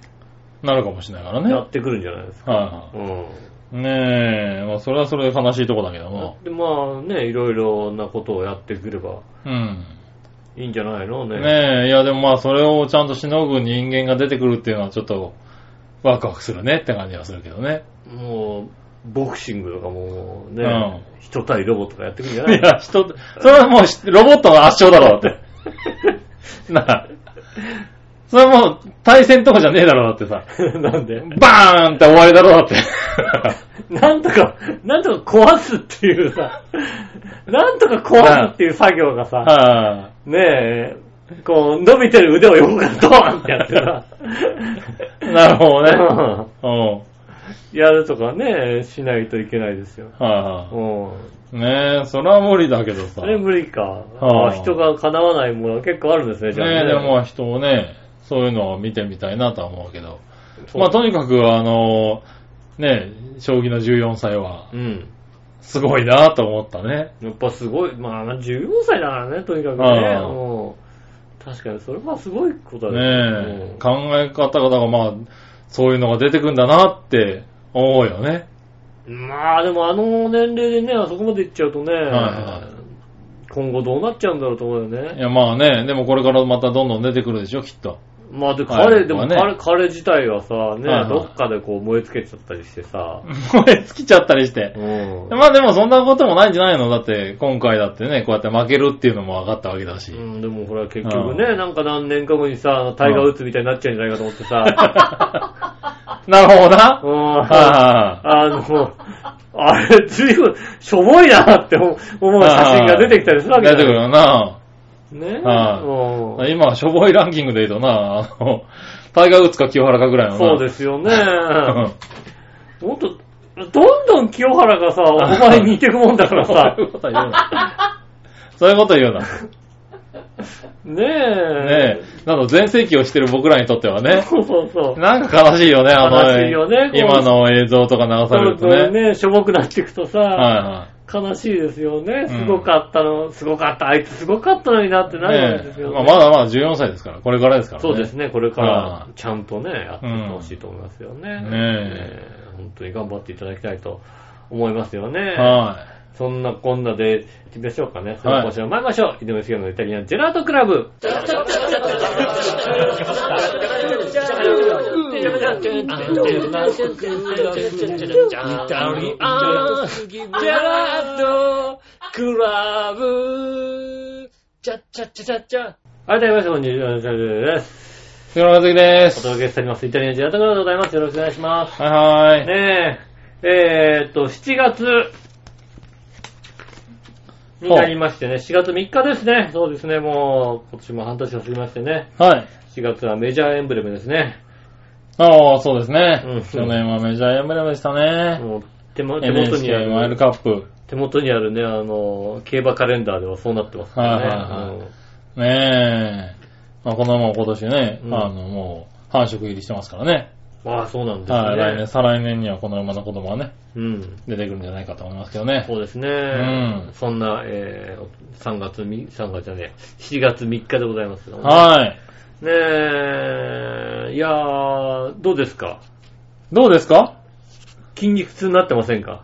Speaker 3: うん。なるかもしれないからね。
Speaker 2: や
Speaker 3: は
Speaker 2: ってくるんじゃないですか。
Speaker 3: いは
Speaker 2: うん。
Speaker 3: い。ねえ、まあそれはそれで悲しいとこだけども。
Speaker 2: でまあね、いろいろなことをやってくれば
Speaker 3: うん。
Speaker 2: いいんじゃないのね。
Speaker 3: ねえ、いやでもまあそれをちゃんとしのぐ人間が出てくるっていうのはちょっとワクワクするねって感じはするけどね。
Speaker 2: もう、ボクシングとかもね、
Speaker 3: うん
Speaker 2: 人対ロボとかやってくるんじゃ
Speaker 3: い
Speaker 2: ない
Speaker 3: や、人、それはもうしロボットの圧勝だろうだって。なあ。それはもう対戦とかじゃねえだろうだってさ。
Speaker 2: なんで
Speaker 3: バーンって終わりだろうだ って。
Speaker 2: なんとか、なんとか壊すっていうさ、なんとか壊すっていう作業がさ、
Speaker 3: はあ
Speaker 2: ねえ、こう、伸びてる腕を横からドーンってやって さ、
Speaker 3: なるほどね。
Speaker 2: うん
Speaker 3: うん。
Speaker 2: やるとかね、しないといけないですよ。
Speaker 3: は
Speaker 2: うん。
Speaker 3: いはい。ねえ、それは無理だけどさ。
Speaker 2: それ
Speaker 3: ね
Speaker 2: 無理か。
Speaker 3: あ
Speaker 2: あ人が叶わないものは結構あるんですね、
Speaker 3: え、
Speaker 2: じゃあね。
Speaker 3: でもまあ人をね、そういうのを見てみたいなとは思うけど。
Speaker 2: そう
Speaker 3: まあとにかく、あの、ねえ、将棋の14歳は、
Speaker 2: うん。
Speaker 3: すごいなと思ったね。
Speaker 2: やっぱすごい、まあ14歳だからね、とにかくね。
Speaker 3: ああ
Speaker 2: うん確かに、それはすごいことだよ
Speaker 3: ね
Speaker 2: う、
Speaker 3: え
Speaker 2: ん
Speaker 3: 考え方が、まあ、そういうのが出てくんだなって思うよね。
Speaker 2: まあでもあの年齢でね、あそこまで行っちゃうとね、
Speaker 3: は
Speaker 2: 今後どうなっちゃうんだろうと思うよね
Speaker 3: い。や、まあね、でもこれからまたどんどん出てくるでしょ、きっと。
Speaker 2: まあで
Speaker 3: はい
Speaker 2: 彼、で
Speaker 3: まあ
Speaker 2: も
Speaker 3: ね
Speaker 2: 彼彼自体はさ、ね、
Speaker 3: はいはい
Speaker 2: どっかでこう燃え尽きちゃったりしてさ、
Speaker 3: 燃え尽きちゃったりして
Speaker 2: う。ん。
Speaker 3: まあでもそんなこともないんじゃないのだって、今回だってね、こうやって負けるっていうのも分かったわけだし。
Speaker 2: うんでもほら結局ね、なんか何年か後にさ、タイガー打つみたいになっちゃうんじゃないかと思ってさ、
Speaker 3: なるほどな。
Speaker 2: うん
Speaker 3: は
Speaker 2: あの、あれ、随分、しょぼいなって思う思う
Speaker 3: いはい
Speaker 2: 写真が出てきたりするわけ
Speaker 3: 出て
Speaker 2: だ
Speaker 3: くる
Speaker 2: よ
Speaker 3: よな。
Speaker 2: ね。
Speaker 3: はい
Speaker 2: うん
Speaker 3: 今、しょぼいランキングで言うとな、 あの、タイガー・ウッズか清原かぐらいのな。。
Speaker 2: そうですすよね。もっと、どんどん清原がさ、お前に似てくもんだから さ
Speaker 3: そういう、こと言うな。そういうこと言うな。
Speaker 2: ねえ。
Speaker 3: ねえ。なの、全盛期をしてる僕らにとってはね。
Speaker 2: そうそうそう。
Speaker 3: なんか悲しいよね、あの、
Speaker 2: 悲しいよね
Speaker 3: 今の映像とか流されるとね。
Speaker 2: ねしょぼくなっていくとさ、
Speaker 3: は
Speaker 2: 悲しいですよね。
Speaker 3: うん
Speaker 2: すごかったの、すごかった、あいつすごかったのになって
Speaker 3: い
Speaker 2: な
Speaker 3: はい。
Speaker 2: るんで
Speaker 3: ね
Speaker 2: す
Speaker 3: え
Speaker 2: よね。
Speaker 3: まあまだまだ14歳ですから、これからですからね。
Speaker 2: そうですね、これか
Speaker 3: は
Speaker 2: ら
Speaker 3: い
Speaker 2: ちゃんとね、やっていってほしいと思いますよね。
Speaker 3: ねえ
Speaker 2: え本当に頑張っていただきたいと思いますよね。
Speaker 3: は
Speaker 2: そんなこんなで行ってみましょうかね。それでは今週も参りましょう。井上杉のイタリアンジェラートクラブ。はい、どうもみなさん、こんにちは、ジェラートです。
Speaker 3: い。杉村和樹で
Speaker 2: お
Speaker 3: す。
Speaker 2: 届けしております。イタリアンジェラートクラブでございます。よろしくお願いします。
Speaker 3: はいはい。
Speaker 2: ねえ、えー、っと、7月になりましてね、4月3日ですね。そうですね、もう、今年も半年を過ぎましてね、
Speaker 3: はい。
Speaker 2: 4月はメジャーエンブレムですね。
Speaker 3: ああ、そうですね。
Speaker 2: うん
Speaker 3: 去年はメジャーやめれましたね。
Speaker 2: もう手 も手元
Speaker 3: NHK
Speaker 2: にあ
Speaker 3: ワイル
Speaker 2: る、
Speaker 3: ドカップ。
Speaker 2: 手元にあるね、あの、競馬カレンダーではそうなってますからね。
Speaker 3: はいはいはねえ。まあ、このまま今年ね、
Speaker 2: うん
Speaker 3: あの、もう、繁殖入りしてますからね。
Speaker 2: うんああ、そうなんですね。
Speaker 3: はい、来年、再来年にはこの馬の子供はね、
Speaker 2: うん。
Speaker 3: 出てくるんじゃないかと思いますけどね。
Speaker 2: そうですね。
Speaker 3: ん
Speaker 2: そんな、えー、3月み、3月じゃねえ、7月3日でございますけども
Speaker 3: はい。
Speaker 2: ねえ、いやー、どうですか
Speaker 3: どうですか
Speaker 2: 筋肉痛になってませんか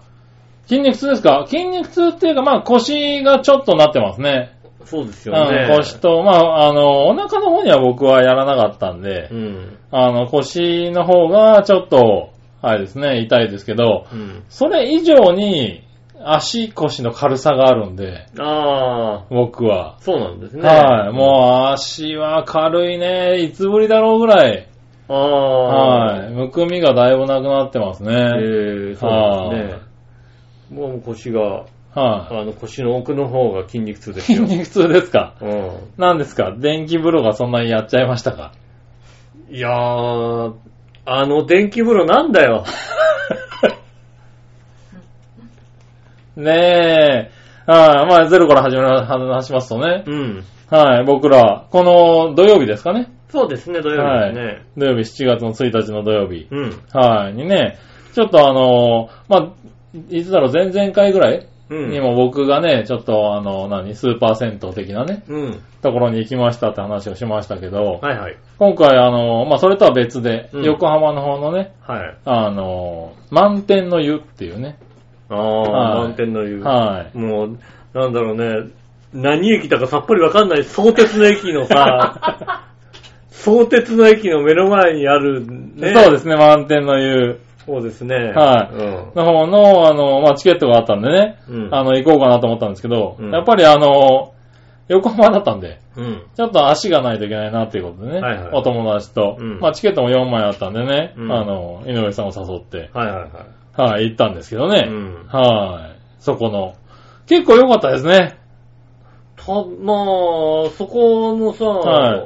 Speaker 3: 筋肉痛ですか筋肉痛っていうか、まあ腰がちょっとなってますね。
Speaker 2: そうです
Speaker 3: う
Speaker 2: よね。
Speaker 3: ん、腰と、まああの、お腹の方には僕はやらなかったんで、
Speaker 2: うん。
Speaker 3: あの、腰の方がちょっと、あれですね、痛いですけど、
Speaker 2: うん。
Speaker 3: それ以上に足腰の軽さがあるんで、
Speaker 2: あ
Speaker 3: 僕は。
Speaker 2: ー、そうなんですね。
Speaker 3: はい、もう足は軽いね、いつぶりだろうぐらい、
Speaker 2: う。あー、
Speaker 3: はい、むくみがだいぶなくなってますね。
Speaker 2: えー、そうですね。もう腰が、
Speaker 3: は
Speaker 2: あの腰の奥の方が筋肉痛で
Speaker 3: い。
Speaker 2: す
Speaker 3: 筋
Speaker 2: よ。
Speaker 3: 肉痛ですか
Speaker 2: うん。
Speaker 3: 何ですか電気風呂がそんなにやっちゃいましたか
Speaker 2: いやー、あの電気風呂なんだよ。
Speaker 3: ねえ。はい。まあ、ゼロから始める話しますとね。
Speaker 2: うん。
Speaker 3: はい。僕ら、この土曜日ですかね。
Speaker 2: そうですね、土曜日ですね。
Speaker 3: 土曜日、7月の1日の土曜日。
Speaker 2: うん。
Speaker 3: はい。にね、ちょっとあの、まあ、いつだろう、前々回ぐらい
Speaker 2: うん。
Speaker 3: にも僕がね、ちょっとあの、何、スーパー銭湯的なね、
Speaker 2: うん。
Speaker 3: ところに行きましたって話をしましたけど、
Speaker 2: はいはい。
Speaker 3: 今回あの、まあ、それとは別で、
Speaker 2: うん
Speaker 3: 横浜の方のね、
Speaker 2: はい。
Speaker 3: あの、満天の湯っていうね、
Speaker 2: あー、
Speaker 3: はい
Speaker 2: 満点の湯。
Speaker 3: はい。
Speaker 2: もう、なんだろうね、何駅だかさっぱりわかんない、相鉄の駅のさ、 相鉄の駅の目の前にあるね。。
Speaker 3: そうですすね、満点の湯
Speaker 2: そうですね。
Speaker 3: はいの方の、あの、まあ、チケットがあったんでね、
Speaker 2: うん。うん。
Speaker 3: あの、行こうかなと思ったんですけど、
Speaker 2: うん
Speaker 3: やっぱりあの、横浜だったんで、
Speaker 2: うん。
Speaker 3: ちょっと足がないといけないなっていうことでね、
Speaker 2: はいはい
Speaker 3: お友達と、
Speaker 2: うん
Speaker 3: まあ、チケットも4枚あったんでね、
Speaker 2: うん
Speaker 3: あの、井上さんを誘って、
Speaker 2: はいはいはい。
Speaker 3: はい、行ったんですけどね、
Speaker 2: うん
Speaker 3: はい、そこの、結構良かったですね。
Speaker 2: た、まあ、そこのさ、
Speaker 3: はい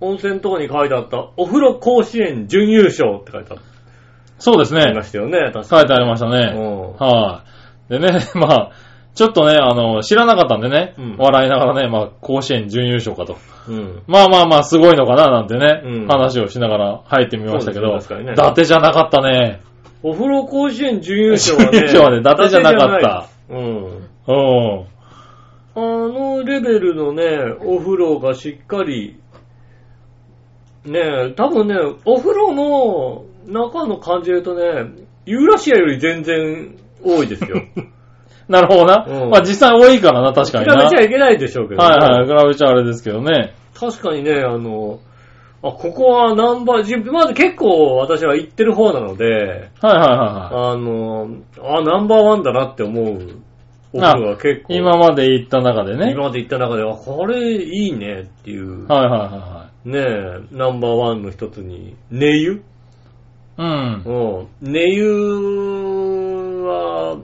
Speaker 2: 温泉のとこに書いてあった、お風呂甲子園準優勝って書いてあっ
Speaker 3: そうです
Speaker 2: たり
Speaker 3: ね
Speaker 2: ま、したよね、確か
Speaker 3: 書いてありましたね。
Speaker 2: に。うん
Speaker 3: はい、でね、 まあ、ちょっとね、あの、知らなかったんでね、
Speaker 2: うん
Speaker 3: 笑いながらね、まあ、甲子園準優勝かと。
Speaker 2: うん。
Speaker 3: まあまあまあ、すごいのかな、なんてね、
Speaker 2: うん
Speaker 3: 話をしながら入ってみましたけ
Speaker 2: そう
Speaker 3: ど、
Speaker 2: ですね確かにね
Speaker 3: 伊達じゃなかったね。
Speaker 2: お風呂甲子園準優勝はね、
Speaker 3: 準優勝はね伊達じゃなかった
Speaker 2: 伊達じゃない。うん。
Speaker 3: う
Speaker 2: あ
Speaker 3: ん。
Speaker 2: のレベルのね、お風呂がしっかり、ねえ、多分ね、お風呂の中の感じで言うとね、ユーラシアより全然多いですよ。
Speaker 3: なるほどな。
Speaker 2: うん
Speaker 3: まあ実際多いからな、 確かにな。
Speaker 2: 比べちゃいけないでしょうけどね、
Speaker 3: はいはい、比べちゃあれですけどね。
Speaker 2: 確かにね、あの、あ、ここはナンバー、じまず結構私は行ってる方なので、
Speaker 3: はいはいはいは
Speaker 2: あの、あ、ナンバーワンだなって思うお風呂が結構、
Speaker 3: い。今まで行った中でね。
Speaker 2: 今まで行った中では、これいいねっていう、
Speaker 3: はいはいは
Speaker 2: ねえ、ナンバーワンの一つに、寝湯
Speaker 3: いはい。うん。
Speaker 2: うん。寝湯は、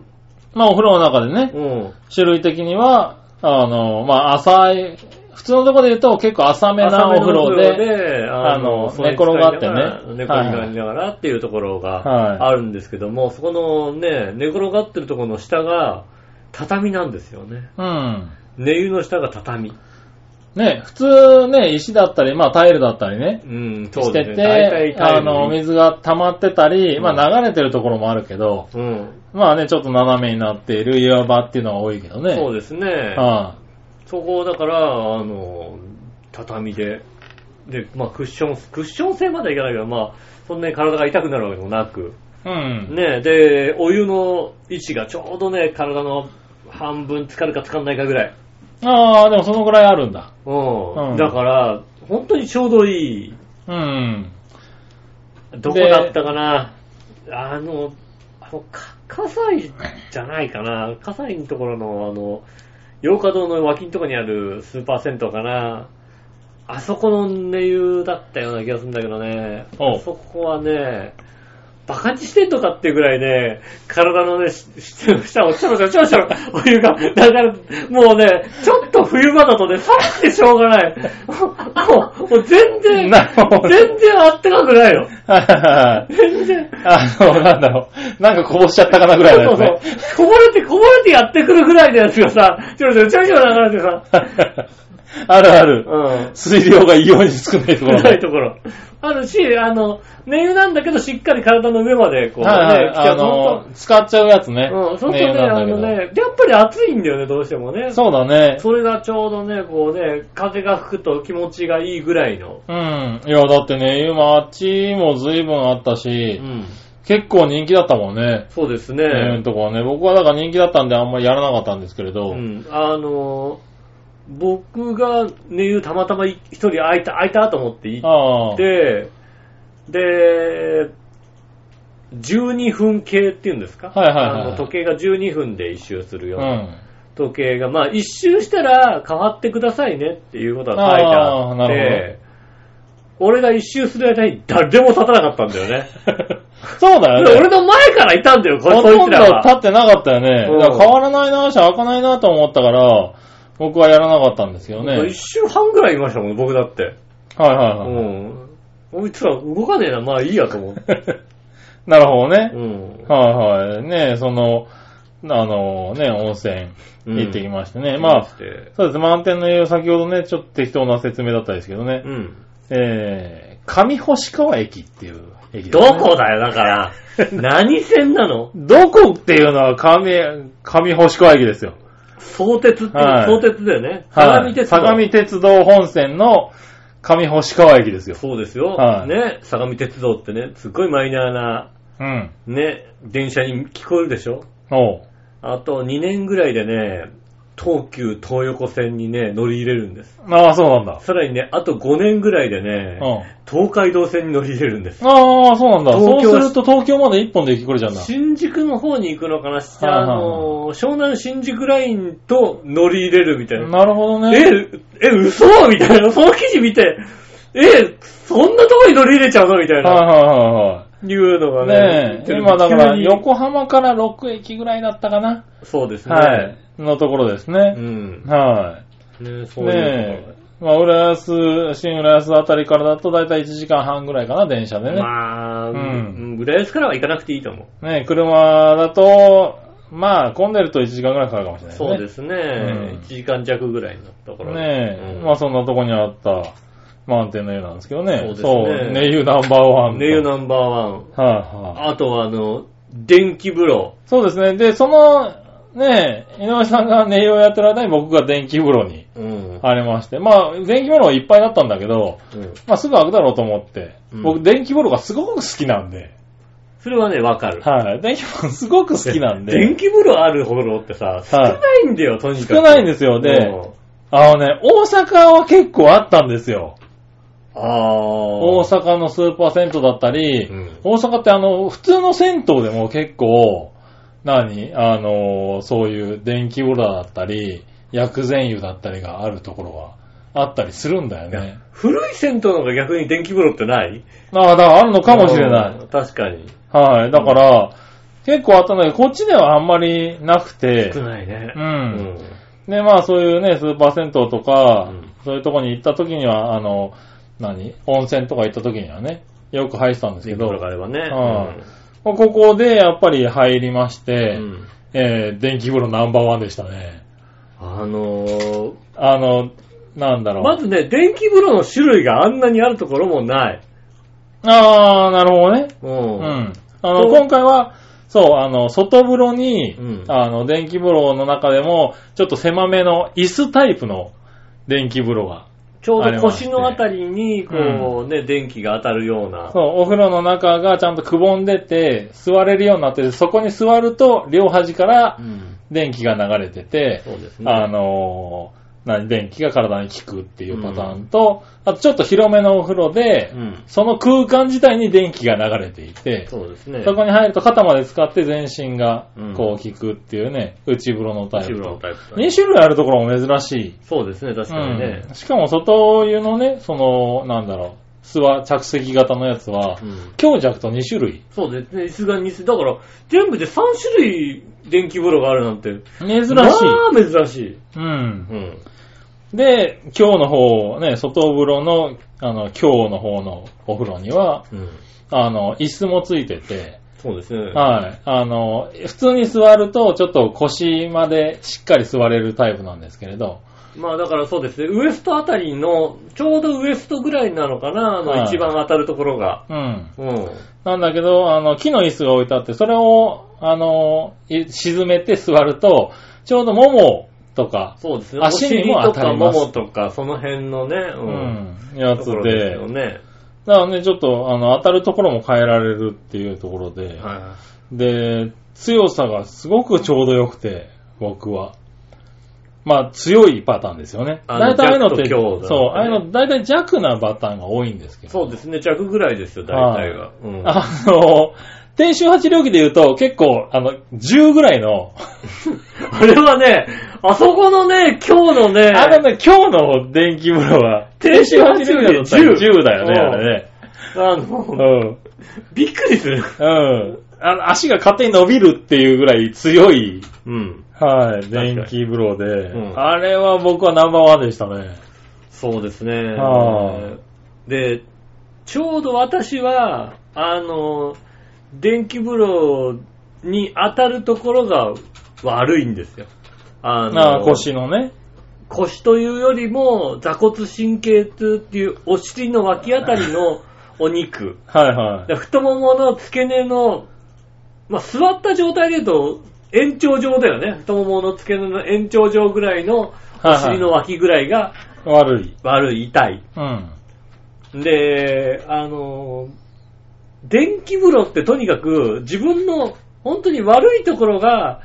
Speaker 3: まあお風呂の中でね、
Speaker 2: うん。
Speaker 3: 種類的には、あの、まあ浅い、普通のところで言うと結構浅めなお風呂
Speaker 2: 浅めのお
Speaker 3: で、
Speaker 2: 風呂であ
Speaker 3: あの
Speaker 2: それ
Speaker 3: 寝転がって
Speaker 2: 使
Speaker 3: ね
Speaker 2: いながら寝転がりながらっていうところ
Speaker 3: はい
Speaker 2: があるんですけども、そこのね、寝転がってるところの下が畳なんですよね。
Speaker 3: うん。
Speaker 2: 寝湯の下が畳。
Speaker 3: ね、普通ね、石だったり、まあタイルだったりね、
Speaker 2: うん、そ
Speaker 3: し
Speaker 2: うで
Speaker 3: て
Speaker 2: す
Speaker 3: て、
Speaker 2: ね。大体タ
Speaker 3: あ
Speaker 2: イルに
Speaker 3: の、水が溜まってたり、
Speaker 2: うん
Speaker 3: まあ流れてるところもあるけど、
Speaker 2: うん。
Speaker 3: まあね、ちょっと斜めになっている岩場っていうのは多いけどね。
Speaker 2: そう
Speaker 3: う
Speaker 2: ですね。
Speaker 3: は
Speaker 2: そこをだから、あの、畳で、で、まあクッション、クッション性まではいかないけど、まあ、そんなに体が痛くなるわけでもなく、
Speaker 3: い。うん。
Speaker 2: ねえ、で、お湯の位置がちょうどね、体の半分浸かるか浸かんないかぐらい。
Speaker 3: ああ、でもそのぐらいあるんだ。
Speaker 2: うん。
Speaker 3: うん
Speaker 2: だから、本当にちょうどいい。
Speaker 3: うん。
Speaker 2: どこだったかなあの、あの、か、葛西じゃないかな葛西のところの、あの、洋華堂の脇のところにあるスーパー銭湯かなあそこの寝湯だったような気がするんだけどね。
Speaker 3: おう
Speaker 2: あそこはね、バカにしてんのかっていうぐらいね、体のね、しし下をちょろちょろちょろちょろお湯が流れ、もうね、ちょっと冬場だとね、寒くてしょうがない。もう、もう全然、
Speaker 3: なるほど
Speaker 2: 全然あったかくないの。
Speaker 3: はいはいはい。
Speaker 2: 全然。
Speaker 3: あの、なんだろう。なんかこぼしちゃったかなぐらいのやつね。
Speaker 2: そうそうそう。こぼれて、こぼれてやってくるぐらいのやつがさ、ちょろちょろちょろちょろ流れてさ、
Speaker 3: あるある。
Speaker 2: う
Speaker 3: 水量が異様に少ないとこ
Speaker 2: ん。
Speaker 3: ろ
Speaker 2: ない
Speaker 3: で。
Speaker 2: ところ。あるし、あの、寝湯なんだけど、しっかり体の上まで、こう、ね、
Speaker 3: はいはい。
Speaker 2: 来て
Speaker 3: あの、使っちゃうやつね。
Speaker 2: うん、そうするとね、
Speaker 3: メールな
Speaker 2: あの
Speaker 3: んだけど
Speaker 2: ね、やっぱり暑いんだよね、どうしてもね。
Speaker 3: そうだね。
Speaker 2: それがちょうどね、こうね、風が吹くと気持ちがいいぐらいの。
Speaker 3: うん。いや、だってね、今、あっちも随分あった
Speaker 2: う
Speaker 3: し、
Speaker 2: ん。
Speaker 3: 結構人気だったもんね。
Speaker 2: そうです
Speaker 3: えー、
Speaker 2: ね。
Speaker 3: とこはね、僕はだから人気だったんであんまりやらなかったんですけれど、
Speaker 2: うん。あの、僕が寝湯たまたま一人空いた、空いたと思って行っ
Speaker 3: ああ、
Speaker 2: て、で、12分計っていうんですか
Speaker 3: はいはいはい
Speaker 2: あの時計が12分で一周する
Speaker 3: う
Speaker 2: よ
Speaker 3: ん。
Speaker 2: う
Speaker 3: あ
Speaker 2: な時計が、まあ一周したら変わってくださいねっていうことが書いて
Speaker 3: あー
Speaker 2: あっ
Speaker 3: なる
Speaker 2: て、俺が一周する間に誰も立たなかったんだよ ね。
Speaker 3: そうだよ
Speaker 2: 俺
Speaker 3: ね。
Speaker 2: の前からいたんだよ、こ
Speaker 3: ほ
Speaker 2: そい
Speaker 3: と
Speaker 2: つ
Speaker 3: ん
Speaker 2: ら
Speaker 3: ど立
Speaker 2: は。
Speaker 3: ってなかったよね。
Speaker 2: うん
Speaker 3: だから変わらないな、足開かないなと思ったから、僕はやらなかったんですけどね。はい
Speaker 2: 一周半ぐらいいましたもん、僕だって。
Speaker 3: はいは
Speaker 2: う
Speaker 3: い。
Speaker 2: ん。こいつら動かねえな、まあいいやと思って。
Speaker 3: なるほど
Speaker 2: う
Speaker 3: ね。
Speaker 2: ん。
Speaker 3: はいはい。ねその、あのね、温泉
Speaker 2: うん
Speaker 3: 行ってきましてね。まあ、そうです。満点の栄養、先ほどね、ちょっと適当な説明だったんですけどね
Speaker 2: う。ん。
Speaker 3: えー、上星川駅っていう駅です
Speaker 2: ど
Speaker 3: ね
Speaker 2: こだよ、だ から。何線なの
Speaker 3: どこっていうのは上、上星川駅ですよ。
Speaker 2: 相鉄って、
Speaker 3: はい
Speaker 2: 相鉄だよね。相
Speaker 3: は
Speaker 2: 模
Speaker 3: い
Speaker 2: 鉄道。
Speaker 3: 相模鉄道本線の上星川駅ですよ。
Speaker 2: そうですよ。
Speaker 3: はい
Speaker 2: ね、相模鉄道ってね、すっごいマイナーな、
Speaker 3: うん。
Speaker 2: ね、電車に聞こえるでしょ
Speaker 3: おう。
Speaker 2: あと2年ぐらいでね、東急東横線にね、乗り入れるんです。
Speaker 3: ああ、そうなんだ。
Speaker 2: さらにね、あと5年ぐらいで
Speaker 3: う
Speaker 2: ね、
Speaker 3: ん。
Speaker 2: 東海道線に乗り入れるんです。
Speaker 3: ああ、そうなんだ。そ
Speaker 2: 東
Speaker 3: う
Speaker 2: 京
Speaker 3: すると東京まで一本で行き来れちゃうんだ。
Speaker 2: 新宿の方に行くのかな、
Speaker 3: い
Speaker 2: あの、湘南新宿ラインと乗り入れるみたいな。
Speaker 3: なるほどね。
Speaker 2: え、え、嘘みたいな。その記事見て、え、そんなとこに乗り入れちゃうのみたい
Speaker 3: はい
Speaker 2: な。
Speaker 3: はいはいはい。
Speaker 2: いうのがね。
Speaker 3: ねえ、今だから
Speaker 2: 急に
Speaker 3: 横浜から6駅ぐらいだったかな。
Speaker 2: そうですね。
Speaker 3: はい。のところです
Speaker 2: う
Speaker 3: ね。
Speaker 2: ん。
Speaker 3: は
Speaker 2: ねそ
Speaker 3: い。
Speaker 2: ういう
Speaker 3: ねえ。まあ、浦安、新浦安あたりからだと大体1時間半ぐらいかな、電車
Speaker 2: ところ
Speaker 3: でね。
Speaker 2: まあ、う
Speaker 3: うん
Speaker 2: ん、浦安からは行かなくていいと思う。
Speaker 3: ねえ、車だと、まあ、混んでると1時間ぐらいかかるかもしれないね。
Speaker 2: そうですね
Speaker 3: ん。
Speaker 2: 1時間弱ぐらいのところで
Speaker 3: ねえ、
Speaker 2: うん
Speaker 3: まあ、そんなとこにあった満点の湯なんですけどね。
Speaker 2: そうですね
Speaker 3: ネユナンバーワン。
Speaker 2: ネユナンバーワン。
Speaker 3: はいはい、
Speaker 2: あとはあの、電気風呂。
Speaker 3: そうですね。で、その、ねえ、井上さんがネ湯をやってる間に僕が電気風呂に
Speaker 2: うん。
Speaker 3: 入れまして、まあ、電気風呂いっぱいだったんだけど、
Speaker 2: うん
Speaker 3: まあ、すぐ開くだろうと思って、
Speaker 2: うん
Speaker 3: 僕、電気風呂がすごく好きなんで、
Speaker 2: それはね、わかる。
Speaker 3: はい。電気風呂すごく好きなん
Speaker 2: 電
Speaker 3: で、
Speaker 2: 気風呂あるところってさ、少ないんだよ、とにかく。
Speaker 3: 少ないんですよ。で、
Speaker 2: うん
Speaker 3: あのね、大阪は結構あったんですよ。
Speaker 2: ああ。
Speaker 3: 大
Speaker 2: 大。
Speaker 3: 阪のスーパー銭湯だったり、
Speaker 2: うん
Speaker 3: 大阪ってあの、普通の銭湯でも結構、何あの、そういう電気風呂だったり、薬膳湯だったりがあるところはあったりするんだよね。
Speaker 2: 古い銭湯の方が逆に電気風呂ってない
Speaker 3: ああ、だからあるのかもしれない。
Speaker 2: い。確かに。
Speaker 3: はい。だから、結構あったんだけど、こっちではあんまりなくて、
Speaker 2: 少ないね。
Speaker 3: う。
Speaker 2: うん
Speaker 3: で、まあそういうね、スーパー銭湯とか、
Speaker 2: うん
Speaker 3: そういうとこに行った時には、あの、何温泉とか行った時にはね、よく入ってたんです
Speaker 2: 電
Speaker 3: け
Speaker 2: 気風呂、
Speaker 3: ど
Speaker 2: があればね。
Speaker 3: はいここでやっぱり入りまして、
Speaker 2: うん
Speaker 3: えー電気風呂ナンバーワンでしたね。
Speaker 2: あのー、
Speaker 3: あの、なんだろう。
Speaker 2: まずね、電気風呂の種類があんなにあるところもない。
Speaker 3: あー、なるほどね。
Speaker 2: う。
Speaker 3: うんん。あの、
Speaker 2: そう
Speaker 3: 今回は、そう、あの、外風呂に、
Speaker 2: うん
Speaker 3: あの、電気風呂の中でも、ちょっと狭めの椅子タイプの電気風呂が。
Speaker 2: ちょうど腰のあたりに、こうね、電気が当たるような。
Speaker 3: そう、お風呂の中がちゃんとくぼんでて、座れるようになってて、そこに座ると、両端から
Speaker 2: うん
Speaker 3: 電気が流れてて、
Speaker 2: そうです
Speaker 3: あ
Speaker 2: ね。
Speaker 3: のー何、電気が体に効くっていうパターンと、あとちょっと広めのお風呂で、
Speaker 2: うん。
Speaker 3: その空間自体に電気が流れていて、
Speaker 2: そうですね。
Speaker 3: そこに入ると肩まで使って全身が
Speaker 2: うん
Speaker 3: こう効くっていうね、内風呂のタイ
Speaker 2: 内
Speaker 3: プ
Speaker 2: 風呂の
Speaker 3: と。
Speaker 2: タイプだね
Speaker 3: 2種類あるところも珍しい。
Speaker 2: そうですね、確かにね
Speaker 3: うん。しかも外湯のね、その、なんだろう、座、着席型のやつは、
Speaker 2: うん
Speaker 3: 強弱と2種類。
Speaker 2: そうですね、椅子が2種だから、全部で3種類電気風呂があるなんて。
Speaker 3: 珍しい。
Speaker 2: まあ珍しい。
Speaker 3: うん
Speaker 2: う。ん。
Speaker 3: で、今日の方、ね、外風呂の、あの、今日の方のお風呂には、
Speaker 2: うん。
Speaker 3: あの、椅子もついてて、
Speaker 2: そうですね。
Speaker 3: はい。あの、普通に座ると、ちょっと腰までしっかり座れるタイプなんですけれど、
Speaker 2: まあだからそうですね、ウエストあたりの、ちょうどウエストぐらいなのかな、あ
Speaker 3: はい
Speaker 2: の一番当たるところが。
Speaker 3: うん。
Speaker 2: うん。
Speaker 3: なんだけど、あの、木の椅子が置いてあって、それを、あの、い沈めて座ると、ちょうどももとか、
Speaker 2: そうですね、お
Speaker 3: 足に
Speaker 2: 尻
Speaker 3: も
Speaker 2: と
Speaker 3: 当た
Speaker 2: か
Speaker 3: りま
Speaker 2: もも
Speaker 3: す
Speaker 2: とか、その辺のね、
Speaker 3: う
Speaker 2: うん。
Speaker 3: ん、や
Speaker 2: と
Speaker 3: つ
Speaker 2: ころです
Speaker 3: で
Speaker 2: よ、ね。
Speaker 3: だからね、ちょっと、あの、当たるところも変えられるっていうところで、
Speaker 2: は
Speaker 3: で、強さがすごくちょうど良くて、僕は。まあ、強いパターンですよね。
Speaker 2: あの
Speaker 3: 大体ああいうのって、
Speaker 2: 弱と強だね
Speaker 3: そう、ああいうの、大体弱なパターンが多いんですけ
Speaker 2: い。
Speaker 3: ど。
Speaker 2: そうですね、弱ぐらいですよ、大体が。うん。
Speaker 3: あの、低周波治療器で言うと、結構、あの、10ぐらいの、
Speaker 2: あれはね、あそこのね、今日のね、
Speaker 3: あのね、今日の電気風呂は、
Speaker 2: 低周波治
Speaker 3: 治
Speaker 2: 療
Speaker 3: 療
Speaker 2: 器だ
Speaker 3: 器だ
Speaker 2: と
Speaker 3: と
Speaker 2: 10
Speaker 3: 10だよね、あれね。
Speaker 2: あ
Speaker 3: う
Speaker 2: の、
Speaker 3: ん。
Speaker 2: びっくりする。
Speaker 3: うん。あの足が勝手に伸びるっていうぐらい強い、
Speaker 2: うん。
Speaker 3: はい、
Speaker 2: かに
Speaker 3: 電気風呂で、
Speaker 2: うん
Speaker 3: あれは僕はナンバーワンでしたね。
Speaker 2: そうですね
Speaker 3: は。
Speaker 2: で、ちょうど私は、あの、電気風呂に当たるところが悪いんですよ。あ
Speaker 3: あー腰のね。
Speaker 2: 腰というよりも、座骨神経痛っていうお尻の脇あたり のお肉。
Speaker 3: はいはい。
Speaker 2: で太ももの付け根の、まあ、座った状態で言うと、延長上だよね。太ももの付け根の延長上ぐらいの、お尻の脇ぐらいが
Speaker 3: 悪い。
Speaker 2: 悪い、痛い。
Speaker 3: うん。
Speaker 2: で、あの、電気風呂ってとにかく自分の本当に悪いところが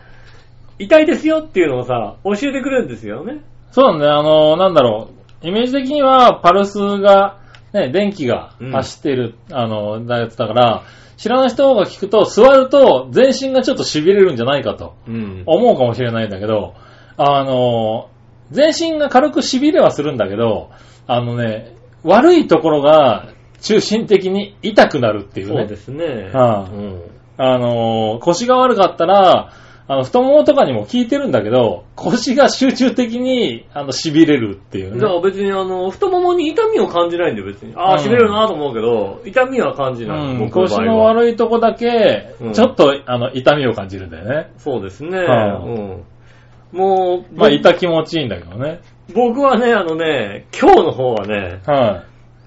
Speaker 2: 痛いですよっていうのをさ、教えてくれるんですよね。
Speaker 3: そうだね、あの、なんだろう。イメージ的には、パルスが、ね、電気が走ってる、あの、だやつだから、知らない人が聞くと、座ると、全身がちょっと痺れるんじゃないかと
Speaker 2: うん。
Speaker 3: 思うかもしれないんだけど、あの、全身が軽く痺れはするんだけど、あのね、悪いところが中心的に痛くなるっていうね。
Speaker 2: そうですね。
Speaker 3: はあ
Speaker 2: うん
Speaker 3: あのー腰が悪かったら、あの、太ももとかにも効いてるんだけど、腰が集中的に、あの、痺れるっていう
Speaker 2: だから
Speaker 3: ね。
Speaker 2: 別にあの、太ももに痛みを感じないんで別に。ああ、
Speaker 3: うん
Speaker 2: 痺れるなと思うけど、痛みは感じ
Speaker 3: う
Speaker 2: ない。
Speaker 3: ん、
Speaker 2: 僕
Speaker 3: 腰
Speaker 2: 場合
Speaker 3: の
Speaker 2: は。
Speaker 3: 悪いとこだけ
Speaker 2: うん、
Speaker 3: ちょっと、あの、痛みを感じるんだよね。
Speaker 2: そうですね。
Speaker 3: はあ
Speaker 2: うん。もう、
Speaker 3: ま
Speaker 2: ぼ
Speaker 3: あ、痛気持ちいいんだけどね。
Speaker 2: 僕はね、あのね、今日の方はね、
Speaker 3: は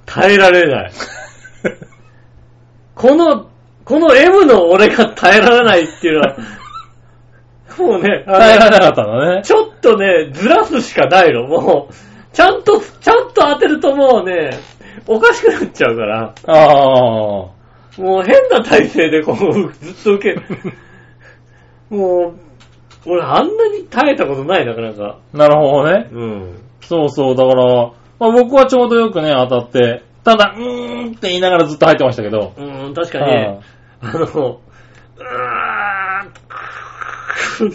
Speaker 2: 耐えられない。 この、この M の俺が耐えられないっていうの は、もうね、
Speaker 3: い。耐えられなかったの ね。
Speaker 2: ちょっとね、ずらすしかないの、もう。ちゃんと、ちゃんと当てるともうね、おかしくなっちゃうから、
Speaker 3: ああ。
Speaker 2: もう変な体勢でこう、ずっと 受ける。もう、俺あんなに耐えたことないな、なかなか。
Speaker 3: なるほどね。
Speaker 2: うん。
Speaker 3: そうそう。だから、まあ、僕はちょうどよくね、当たって、ただ、うーんって言いながらずっと入ってましたけど。
Speaker 2: うん、確かに、
Speaker 3: はい
Speaker 2: あの、うーん、っ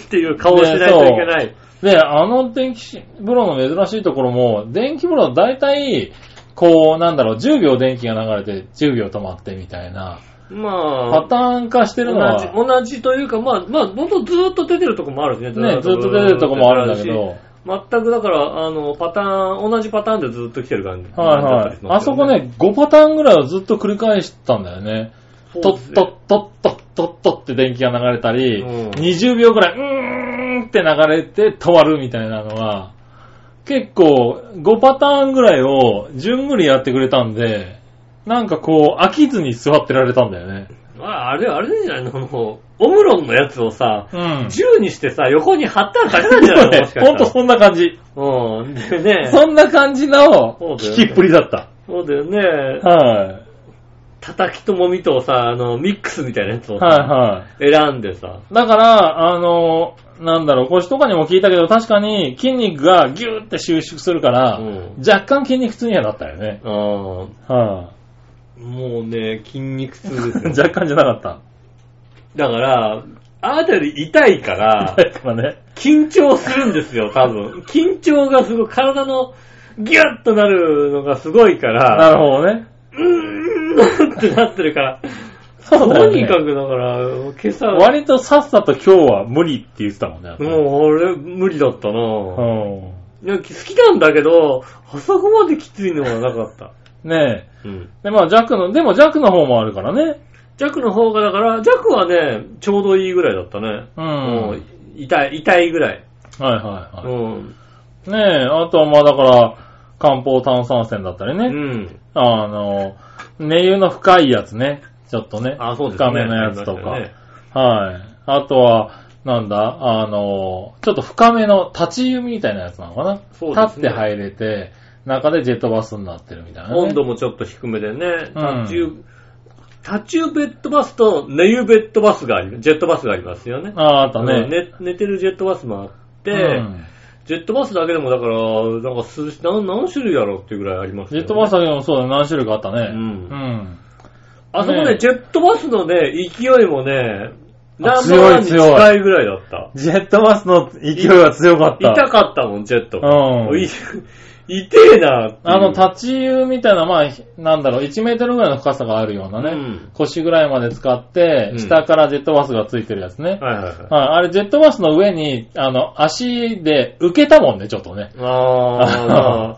Speaker 2: ていう顔をしないといけない。
Speaker 3: で、あの電気風呂の珍しいところも、電気風呂だいたい、こう、なんだろう、10秒電気が流れて、10秒止まってみたいな、
Speaker 2: ま
Speaker 3: パ
Speaker 2: あ、
Speaker 3: ターン化してるのは、
Speaker 2: 同じ、同じというか、まあ、まあ、ほんとずーっと出てるとこもあるしね。
Speaker 3: ね、ずっと出てるとこもあるんだけど、
Speaker 2: し。全くだから、あの、パターン、同じパターンでずっと来てる感じ。
Speaker 3: はいはい。あそこ、ね、5パターンぐらいはずっと繰り返したんだよね。
Speaker 2: そ
Speaker 3: と
Speaker 2: うで
Speaker 3: っ
Speaker 2: すね
Speaker 3: とっとっとっとっとって電気が流れたり、
Speaker 2: うん
Speaker 3: 20秒ぐらい、うーんって流れて止まるみたいなのが、結構5パターンぐらいを順繰りやってくれたんで、なんかこう飽きずに座ってられたんだよね。
Speaker 2: ああれ、あれじゃないのもうオムロンのやつをさ、
Speaker 3: うん。
Speaker 2: 銃にしてさ、横に貼ったら勝ちなんじゃないのもしかしたら。
Speaker 3: ほんとそんな感じ。
Speaker 2: うん。でね、
Speaker 3: そんな感じの
Speaker 2: そうだよね
Speaker 3: 聞きっぷりだった。
Speaker 2: そうだよね。
Speaker 3: はい。
Speaker 2: 叩きともみとさ、あの、ミックスみたいなやつをさ、
Speaker 3: はいはい。
Speaker 2: 選んでさ、
Speaker 3: だから、あの、なんだろう、腰とかにも効いたけど、確かに筋肉がギューって収縮するから、
Speaker 2: うん
Speaker 3: 若干筋肉痛にはなったよね。
Speaker 2: あーも
Speaker 3: は
Speaker 2: うね、筋肉痛
Speaker 3: い
Speaker 2: ですよ。
Speaker 3: 若 干じゃな かっ
Speaker 2: だから、あなたより痛い から
Speaker 3: た。、だからね。
Speaker 2: 緊張するんですよ、多分。緊張がすごい、体のギュッとなるのがすごいか
Speaker 3: な
Speaker 2: ら、
Speaker 3: るほどね。
Speaker 2: ううーんってなってるから、
Speaker 3: そうだ
Speaker 2: と
Speaker 3: よ
Speaker 2: に
Speaker 3: ね
Speaker 2: か。くだから、今朝、
Speaker 3: 割とさっさと今日は無理って言ってたもんね。
Speaker 2: もう俺無理だったなぁ。
Speaker 3: う
Speaker 2: いや好きなんだけど、あそこまできついのはなかった。
Speaker 3: ん。ね
Speaker 2: うん。
Speaker 3: え。で、まあ、ジャックの、でもジャックの方もあるからね。
Speaker 2: ジャックの方がだから、ジャックはね、ちょうどいいぐらいだったね。
Speaker 3: うん。
Speaker 2: も
Speaker 3: は
Speaker 2: う
Speaker 3: い、
Speaker 2: 痛い、痛いぐらい。
Speaker 3: はいは
Speaker 2: うん。
Speaker 3: い。ねえ、あとはまあだから、漢方炭酸泉だったり
Speaker 2: う
Speaker 3: ね。
Speaker 2: ん。
Speaker 3: あの、寝湯の深いやつね。ちょっとね。
Speaker 2: あ、そうですね。
Speaker 3: 深めのやつとか。
Speaker 2: ありましたよね
Speaker 3: はい。あとは、なんだ、あの、ちょっと深めの立ち湯みたいなやつなのかな、
Speaker 2: そうですね
Speaker 3: 立って入れて、中でジェットバスになってるみたいな、ね。
Speaker 2: 温度もちょっと低めでね、
Speaker 3: うん
Speaker 2: タチュー、タチューベッドバスと寝湯ベッドバスがあり、ジェットバスがありますよね。
Speaker 3: ああ、あった
Speaker 2: うん
Speaker 3: ね。
Speaker 2: 寝寝てるジェットバスもあって、
Speaker 3: うん
Speaker 2: ジェットバスだけでもだから、なんか数何何種類やろうっていうぐらいあります
Speaker 3: ジェットバス
Speaker 2: ス
Speaker 3: だけでもそうだね、何種類かあったね。
Speaker 2: うん
Speaker 3: うん。
Speaker 2: あそこ
Speaker 3: ね
Speaker 2: ね、ジェットバスのね、勢いもね、ナンバーワンに
Speaker 3: 強い強い
Speaker 2: 近いぐらいだった。
Speaker 3: ジェットバスの勢いは強かった。
Speaker 2: 痛かったもん、ジェット。
Speaker 3: うん
Speaker 2: い痛えなっていう
Speaker 3: あの、立ち湯みたいな、まあ、ひなんだろう、1メートルぐらいの深さがあるようなね、
Speaker 2: うん
Speaker 3: 腰ぐらいまで使って
Speaker 2: う、ん
Speaker 3: 下からジェットバスがついてるやつね。
Speaker 2: はいはいはい。
Speaker 3: はい、あれ、ジェットバスの上に、あの、足で受けたもんね、ちょっとね。
Speaker 2: ああ、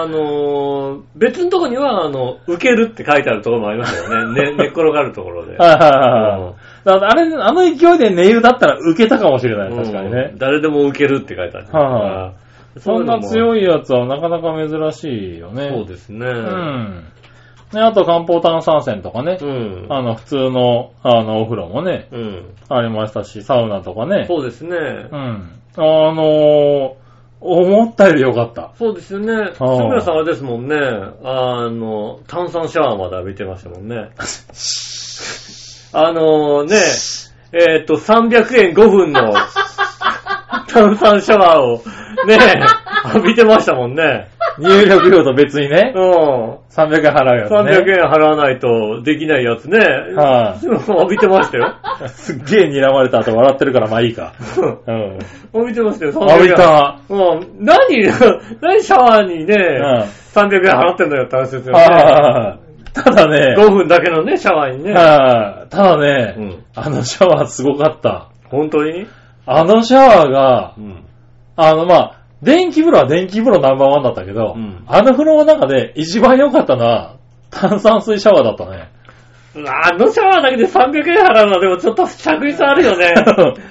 Speaker 2: あのー、別のとこには、あの、受けるって書いてあるところもありますよね。 ね寝っ転がるところで。
Speaker 3: はいはいはいはい。だからあれ、あの勢いで寝湯だったら受けたかもしれない、確かに
Speaker 2: う
Speaker 3: ね
Speaker 2: ん。誰でも受けるって書いてある。
Speaker 3: は
Speaker 2: あー
Speaker 3: そんな強
Speaker 2: い
Speaker 3: いやつはなかなか珍しいよ
Speaker 2: う
Speaker 3: ね。
Speaker 2: のも。そうですね。う
Speaker 3: う。ん。ね、あと漢方炭酸泉とかね
Speaker 2: う、ん。
Speaker 3: あの、普通の、あの、お風呂もね、
Speaker 2: うん。
Speaker 3: ありましたし、サウナとかね。
Speaker 2: そうですね。
Speaker 3: うん。あのー、思ったより良かった。
Speaker 2: そうですよね。杉村さんはあれですもんね。あの、炭酸シャワーまで浴びてましたもん ね。あのね、えーっと、300円5分 の炭酸シャワーを ね、浴びてましたもんね。
Speaker 3: 入力料と別にね
Speaker 2: う、ん。
Speaker 3: 300円払うやつね。
Speaker 2: 300円払わないとできないやつね。。
Speaker 3: はい
Speaker 2: 浴びてました よ。
Speaker 3: すっげえ睨まれた後笑ってるから、まあいいか。 うん。
Speaker 2: 浴びてましたよ、300円
Speaker 3: 浴び。た。
Speaker 2: うん。何、何シャワーにね、
Speaker 3: うん。
Speaker 2: 300円払ってんだよって話ですよね。
Speaker 3: はいただね、
Speaker 2: 5分だけのね、シャワーにね。
Speaker 3: はいただね、
Speaker 2: うん
Speaker 3: あのシャワーすごかった。
Speaker 2: 本当に
Speaker 3: あのシャワーが
Speaker 2: う、ん。
Speaker 3: あのまあ、電気風呂は電気風呂ナンバーワンだったけど、
Speaker 2: うん
Speaker 3: あの風呂の中で一番良かったのは炭酸水シャワーだったね。
Speaker 2: あのシャワーだけで300円払うのはでもちょっと着衣差あるよね。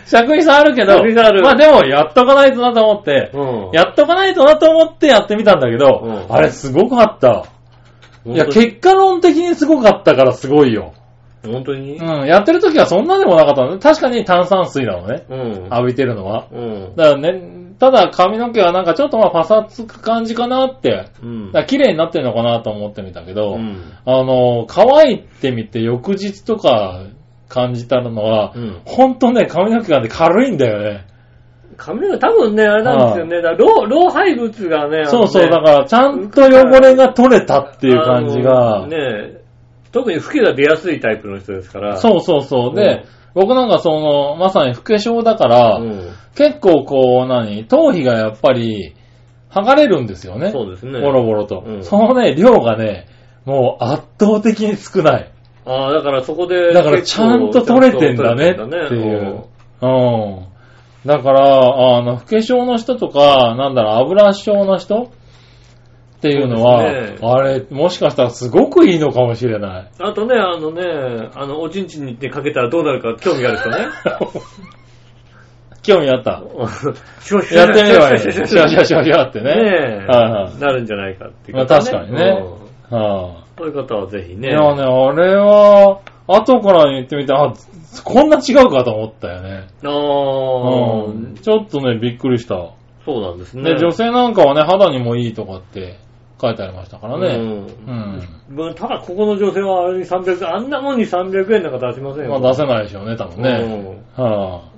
Speaker 3: 尺に差あるけど、
Speaker 2: 尺に差ある
Speaker 3: まあでもやっとかないとなと思って、
Speaker 2: うん。
Speaker 3: やっとかないとなと思ってやってみたんだけど、
Speaker 2: うん
Speaker 3: あれすごかった。いや、
Speaker 2: 本当に
Speaker 3: 結果論的にすごかったからすごいよ。
Speaker 2: 本当に
Speaker 3: うん、やってる時はそんなでもなかったのね。確かに炭酸水なのね。
Speaker 2: うん。
Speaker 3: 浴びてるのは。
Speaker 2: うん。
Speaker 3: だからね、ただ髪の毛はなんかちょっとまあパサつく感じかなって、
Speaker 2: うん
Speaker 3: だから綺麗になってるのかなと思ってみたけど、
Speaker 2: うん。
Speaker 3: あの、乾いてみて翌日とか感じたのは、
Speaker 2: うん
Speaker 3: ほんとね、髪の毛がね、軽いんだよね。
Speaker 2: 髪の毛多分ね、あれなんですよね。だから老老廃物がね、あのね
Speaker 3: そうそう、だからちゃんと汚れが取れたっていう感じ
Speaker 2: あの
Speaker 3: が、
Speaker 2: ね、特に吹きが出やすいタイプの人ですから。
Speaker 3: そうそうそう。
Speaker 2: うん
Speaker 3: で、僕なんかその、まさに不化粧だから、
Speaker 2: うん。
Speaker 3: 結構こう、何、頭皮がやっぱり、剥がれるんですよね。
Speaker 2: そうですね。
Speaker 3: ボロボロと。
Speaker 2: うん
Speaker 3: そのね、量がね、もう圧倒的に少ない。
Speaker 2: ああ、だからそこで。
Speaker 3: だからちゃんと取れてんだねっていう。うん。だから、あの、不化粧の人とか、なんだろう、油症の人っていうのは、
Speaker 2: そうですね
Speaker 3: あれ、もしかしたらすごくいいのかもしれない。
Speaker 2: あとね、あのね、あの、おちんちんにかけたらどうなるか興味がある人ね。
Speaker 3: 興味あ った。
Speaker 2: シュワシュ
Speaker 3: や
Speaker 2: ワ
Speaker 3: ってみ ればいい。
Speaker 2: シ
Speaker 3: シ
Speaker 2: ュ
Speaker 3: ャ
Speaker 2: ワシ
Speaker 3: シ
Speaker 2: ュ
Speaker 3: ャ
Speaker 2: ワ
Speaker 3: シ
Speaker 2: シュ
Speaker 3: ャ
Speaker 2: ワ
Speaker 3: シャシャってね。
Speaker 2: ねえ、
Speaker 3: はいはい
Speaker 2: なるんじゃないかっていう、
Speaker 3: まあ確かにね
Speaker 2: うん
Speaker 3: はあ
Speaker 2: そういう方はぜひね。
Speaker 3: いやね、あれは、後から言ってみて、あ、こんな違うかと思ったよね。
Speaker 2: ああ、
Speaker 3: うん。ちょっとね、びっくりした。
Speaker 2: そうなんですね。
Speaker 3: で、女性なんかはね、肌にもいいとかって書いてありましたからね。
Speaker 2: う。
Speaker 3: うんん。
Speaker 2: まあただ、ここの女性はあれに300、あんなもんに300円なんか出しません
Speaker 3: ま
Speaker 2: よ。
Speaker 3: あ出せないでしょうね、多分ね。
Speaker 2: うん
Speaker 3: は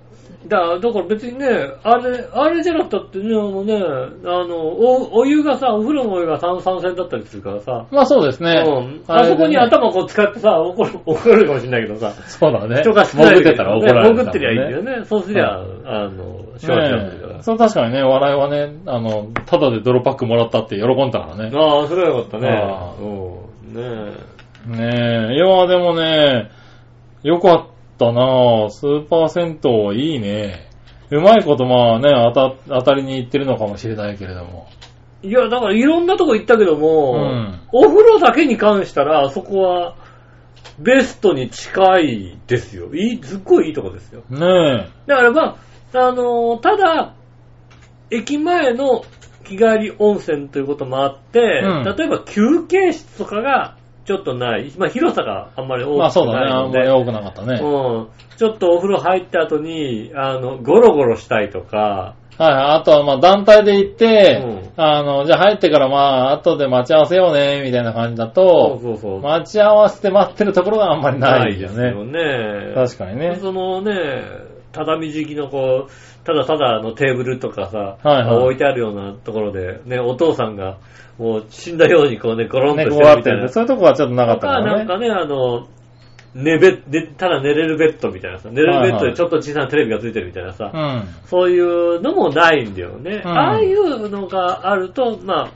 Speaker 2: だから、だから別にね、あれ、あれじゃなくたってね、あのね、あの、お、お湯がさ、お風呂のお湯が炭酸泉だったりするからさ、
Speaker 3: あ。まあそうですね
Speaker 2: うん。。
Speaker 3: あ
Speaker 2: あ
Speaker 3: れでね
Speaker 2: そこに。頭こう使ってさ、怒る、怒られるかもしれないけどさ、
Speaker 3: そうだね。
Speaker 2: 人が少ない
Speaker 3: 潜ってたら怒られる。
Speaker 2: ね潜ってりゃいいんだよ
Speaker 3: ね。
Speaker 2: ね。そうすりゃ、
Speaker 3: う
Speaker 2: あの、シュワシュワするか
Speaker 3: ね
Speaker 2: ら。
Speaker 3: そう確かにね、笑いはね、あの、ただで泥パックもらったって喜んだからね。
Speaker 2: ああ、それはよかったね
Speaker 3: ああ。
Speaker 2: うんねえ。
Speaker 3: ねえ、いや、でもね、よかったなぁ。スーパー銭湯いいね。うまいことまあね、当た、当たりに行ってるのかもしれないけれども。
Speaker 2: いや、だからいろんなとこ行ったけども、
Speaker 3: うん
Speaker 2: お風呂だけに関したら、あそこは、ベストに近いですよ。いい、すっごいいいとこですよ。
Speaker 3: ね
Speaker 2: だからまあ、あのーただ、駅前の日帰り温泉ということもあって、
Speaker 3: うん
Speaker 2: 例えば休憩室とかがちょっとない。まあ広さがあんまり
Speaker 3: え。ま
Speaker 2: 大
Speaker 3: あ
Speaker 2: き
Speaker 3: そ
Speaker 2: く
Speaker 3: うだね。
Speaker 2: ない
Speaker 3: あ
Speaker 2: の
Speaker 3: ん
Speaker 2: で、
Speaker 3: まり多くなかったね。はい、
Speaker 2: うん、ちょっとお風呂入った後に、あの、ゴロゴロしたいとか、
Speaker 3: あとはまあ団体で行って、
Speaker 2: うん
Speaker 3: あの、じゃあ入ってからまあ後で待ち合わせようね、みたいな感じだ
Speaker 2: そう
Speaker 3: と、
Speaker 2: そうそう。
Speaker 3: 待ち合わせて待ってるところがあんまりないよ
Speaker 2: な
Speaker 3: ね
Speaker 2: い。ですよね。
Speaker 3: 確かにね。
Speaker 2: そのね、畳敷きのこう、ただただあのテーブルとかさ、
Speaker 3: はいはい
Speaker 2: 置いてあるようなところで、ね、お父さんがもう死んだようにこうね、ゴロンとして
Speaker 3: 猫
Speaker 2: る
Speaker 3: があっ
Speaker 2: み
Speaker 3: て
Speaker 2: たい
Speaker 3: るん
Speaker 2: な。
Speaker 3: で、そういうとこはちょっとなかったか
Speaker 2: な
Speaker 3: ら
Speaker 2: ん
Speaker 3: ね。
Speaker 2: かね、あの、寝べ、寝ただ寝れるベッドみたいなさ、寝れるベッドでちょっと小さなテレビがついてるみたいなさ、
Speaker 3: うん。
Speaker 2: そういうのもないんだよね。
Speaker 3: うん
Speaker 2: ああいうのがあると、まあ、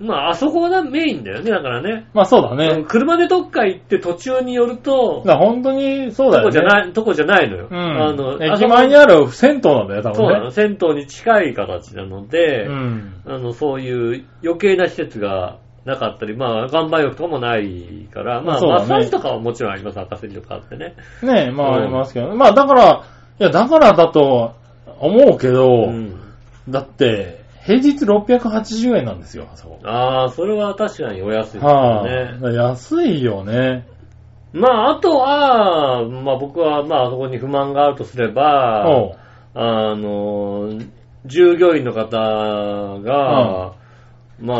Speaker 2: まあ、あそこがメインだよね、だからね。
Speaker 3: まあそうだね。
Speaker 2: 車でどっか行って途中に寄ると
Speaker 3: だ、から本当にそう
Speaker 2: と
Speaker 3: だ
Speaker 2: こ
Speaker 3: よ
Speaker 2: じゃ
Speaker 3: ね。
Speaker 2: ない、とこじゃないのよ。
Speaker 3: う
Speaker 2: あの
Speaker 3: ん。、駅前に
Speaker 2: あ
Speaker 3: ある銭湯なんだよ、多
Speaker 2: そこそうなの、
Speaker 3: 分ね。
Speaker 2: 銭湯に近い形なので、
Speaker 3: うん。
Speaker 2: あの、そういう余計な施設がなかったり、まあ、岩盤浴とかもないから、まあ、
Speaker 3: そう
Speaker 2: マ
Speaker 3: だね
Speaker 2: ッサージとかはもちろんあります、赤線とかあってね。
Speaker 3: ねえ、まあ
Speaker 2: うん
Speaker 3: ありますけど。まあだから、いや、だからだと思うけど、
Speaker 2: うん
Speaker 3: だって、平日680円なんですよ、あそこ。
Speaker 2: ああ、それは確かにお安いですよ
Speaker 3: は
Speaker 2: ね。
Speaker 3: あ、安いよね。
Speaker 2: まあ、あとは、まあ僕は、まあ、あそこに不満があるとすれば、
Speaker 3: おう
Speaker 2: あの、従業員の方が、まあ、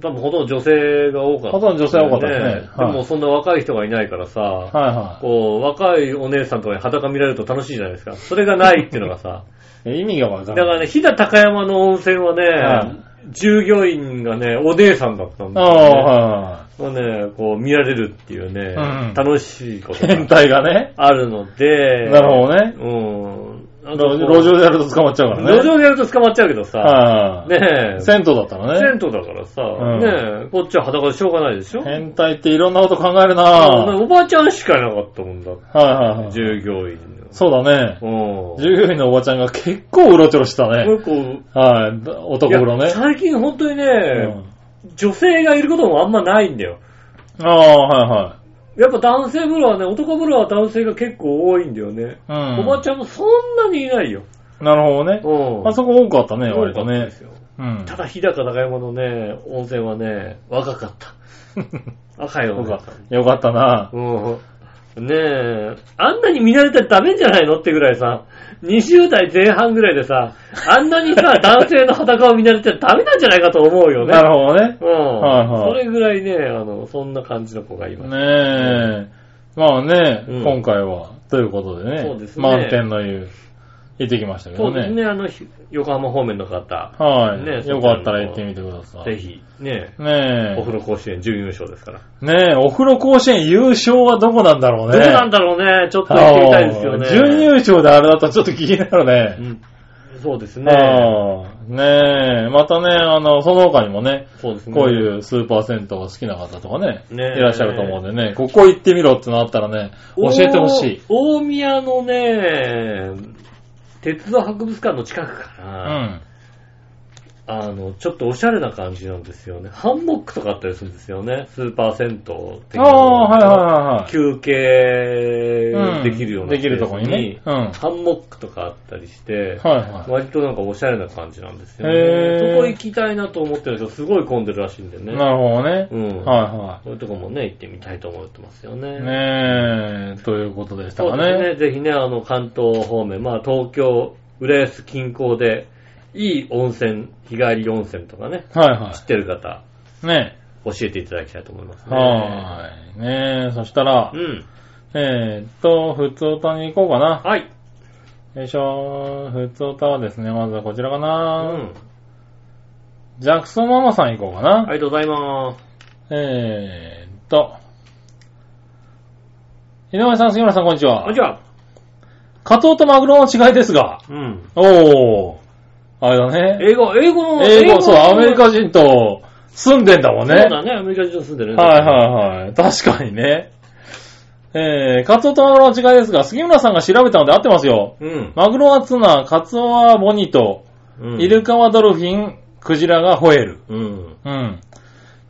Speaker 2: 多分ほとんど女性が多かった、
Speaker 3: ほとんど女性が多かったですね
Speaker 2: で
Speaker 3: は
Speaker 2: も
Speaker 3: い
Speaker 2: そんな若い人がいないからさ、
Speaker 3: はいは
Speaker 2: こう、若いお姉さんとかに裸見られると楽しいじゃないですか。それがないっていうの がさ。
Speaker 3: いえ。意味がわか
Speaker 2: だ
Speaker 3: る。
Speaker 2: からね、飛騨高山の温泉はね、
Speaker 3: は
Speaker 2: 従業員がね、お姉さんだったんだ
Speaker 3: ああ、
Speaker 2: よね。
Speaker 3: は
Speaker 2: もうね、こう見られるっていうね、
Speaker 3: うん
Speaker 2: 楽しいこ
Speaker 3: い
Speaker 2: と
Speaker 3: はい。変
Speaker 2: が
Speaker 3: 態がね。
Speaker 2: あるので、
Speaker 3: なるほどね。
Speaker 2: うん。あと
Speaker 3: 路路上でやると捕まっちゃうからね。
Speaker 2: 路上でやると捕まっちゃうけどさ、
Speaker 3: はい。
Speaker 2: ねえ、銭
Speaker 3: 銭湯だったらね。
Speaker 2: 湯だからさ、
Speaker 3: うん
Speaker 2: ねえ、こっちは裸でしょうがないでしょ
Speaker 3: 変態っていろんなこと考えるなぁ。
Speaker 2: おばあちゃんしかいなかったもんだって
Speaker 3: はいはいはい。
Speaker 2: 従業員の。
Speaker 3: そうだね。
Speaker 2: うん。
Speaker 3: 従業員のおばちゃんが結構うろちょろしたね。
Speaker 2: 結構
Speaker 3: はい。男風呂
Speaker 2: いや
Speaker 3: ね。
Speaker 2: 最近本当にね、
Speaker 3: うん
Speaker 2: 女性がいることもあんまないんだよ。
Speaker 3: ああ、
Speaker 2: やっぱ男性風呂はね、男風呂は男性が結構多いんだよね。
Speaker 3: はいはい。うん。
Speaker 2: おばちゃんもそんなにいないよ。
Speaker 3: なるほどね。
Speaker 2: うん。
Speaker 3: あそこ多かったね、
Speaker 2: 多
Speaker 3: 割
Speaker 2: か
Speaker 3: と
Speaker 2: ったで
Speaker 3: ね
Speaker 2: す。よ
Speaker 3: うん。
Speaker 2: ただ、日高高山のね、温泉はね、若かっ た。若い
Speaker 3: よ
Speaker 2: 女
Speaker 3: かっ。
Speaker 2: かった
Speaker 3: よかったな
Speaker 2: た。うん。ねえ、あんなに見慣れたらダメじゃないのってぐらいさ、20代前半ぐらいでさ、あんなに さ、男性の裸を見慣れてたらダメなんじゃないかと思うよね。
Speaker 3: なるほどね。
Speaker 2: うん。
Speaker 3: はいはい
Speaker 2: それぐらいね、あの、そんな感じの子がいます。
Speaker 3: ねえ。まあね、
Speaker 2: うん
Speaker 3: 今回は、ということでね。
Speaker 2: そうですね
Speaker 3: 満点の湯、行ってきましたけ
Speaker 2: そ
Speaker 3: ど
Speaker 2: うです
Speaker 3: ね。
Speaker 2: ね、あの、ひ横浜方面の方、
Speaker 3: はい、
Speaker 2: ね
Speaker 3: よかったら行ってみてください。
Speaker 2: ぜ。ひ、ね、
Speaker 3: ねえ。
Speaker 2: お風呂甲子園準優勝ですから。
Speaker 3: ねえ、お風呂甲子園優勝はどこなんだろう
Speaker 2: ど
Speaker 3: ね。
Speaker 2: うなんだろうね、ちょっと行ってみたいですよね。
Speaker 3: あー準優勝であれだとちょっと気になるね。
Speaker 2: うんそうですね。
Speaker 3: あーねえ、またね、あの、その他にもね、
Speaker 2: そうですね。
Speaker 3: こういうスーパー銭湯が好きな方とかね、
Speaker 2: ねえ
Speaker 3: いらっしゃると思うんでね、ここ行ってみろってのあったらね、教えてほしい。
Speaker 2: お。大宮のね、鉄道博物館の近くか
Speaker 3: う
Speaker 2: な、
Speaker 3: ん。
Speaker 2: あの、ちょっとおしゃれな感じなんですよね。ハンモックとかあったりするんですよね。スーパー銭湯的
Speaker 3: あ
Speaker 2: な
Speaker 3: あ、はいは
Speaker 2: 休
Speaker 3: いはいはい。
Speaker 2: 憩できるような、
Speaker 3: できるとこにね。うん。はい
Speaker 2: ハンモックとかあったりして、
Speaker 3: は
Speaker 2: 割となんかおしゃれな感じなんですよ
Speaker 3: へ
Speaker 2: ね。
Speaker 3: ー
Speaker 2: そこ行きたいなと思ってるんですけど、すごい混んでるらしいんで
Speaker 3: い。
Speaker 2: ね。
Speaker 3: なるほどね。
Speaker 2: うん。
Speaker 3: はいは
Speaker 2: そういうとこもね、行ってみたいと思ってますよ
Speaker 3: い。
Speaker 2: ね。
Speaker 3: ねえ、ということでした
Speaker 2: そう
Speaker 3: か
Speaker 2: ですね。
Speaker 3: ね。
Speaker 2: ぜひね、あの、関東方面、まあ、東京、浦安近郊で、いい温泉、日帰り温泉とかね、
Speaker 3: はいは
Speaker 2: 知ってる方、
Speaker 3: い。ね
Speaker 2: 教えていただきたいと思います
Speaker 3: え。
Speaker 2: ね。
Speaker 3: はーい。ねえ、そしたら
Speaker 2: う、ん。
Speaker 3: えーっと、普通歌に行こうかな。
Speaker 2: はい。
Speaker 3: よいしょ。普通歌はですね、まずはこちらか
Speaker 2: う
Speaker 3: な。
Speaker 2: ん。
Speaker 3: ジャクソンママさん行こうかな。
Speaker 2: ありがとうございます。
Speaker 3: えーっと。井上さん、杉村さん、こんにち
Speaker 2: あ、
Speaker 3: は
Speaker 2: じ。ゃあ、
Speaker 3: カツオとマグロの違いですが。
Speaker 2: うん。
Speaker 3: おー。あれだね。
Speaker 2: 英語、英語の、
Speaker 3: 英語、そう、
Speaker 2: の
Speaker 3: アメリカ人と住んでんだもん
Speaker 2: そ
Speaker 3: ね。
Speaker 2: うだね、アメリカ人住んでるね。
Speaker 3: はいはいはい。確かにね。えー、カツオとマグロの違いですが、杉村さんが調べたので合ってますよ。
Speaker 2: い。うん。
Speaker 3: マグロはツナ、カツオはボニト、
Speaker 2: うん
Speaker 3: イルカはドルフィン、クジラがホエール。
Speaker 2: うん。
Speaker 3: うん。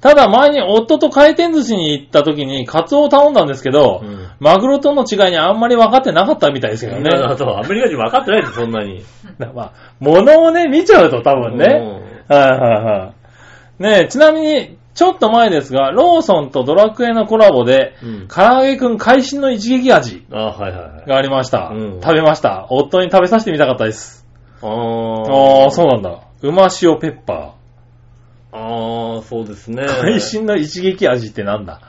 Speaker 3: ただ前に夫と回転寿司に行った時にカツオを頼んだんですけど、
Speaker 2: うん
Speaker 3: マグロとの違いにあんまり分かってなかったみたいですけどね。
Speaker 2: あと、アメリカ人分かってないです、そんなに。
Speaker 3: まあ、物をね、見ちゃうと多分ね。はいはいはい。ねえ、ちなみに、ちょっと前ですが、ローソンとドラクエのコラボで、
Speaker 2: うん。うん。
Speaker 3: 唐揚げくん会心の一撃味
Speaker 2: あはいはいはい。
Speaker 3: がありました。
Speaker 2: うん
Speaker 3: 食べました。夫に食べさせてみたかったです。
Speaker 2: あ
Speaker 3: あ
Speaker 2: あ
Speaker 3: あ、そうなんだ。うま塩ペッパ
Speaker 2: ああ、そうですね。
Speaker 3: ー。会心の一撃味ってなんだ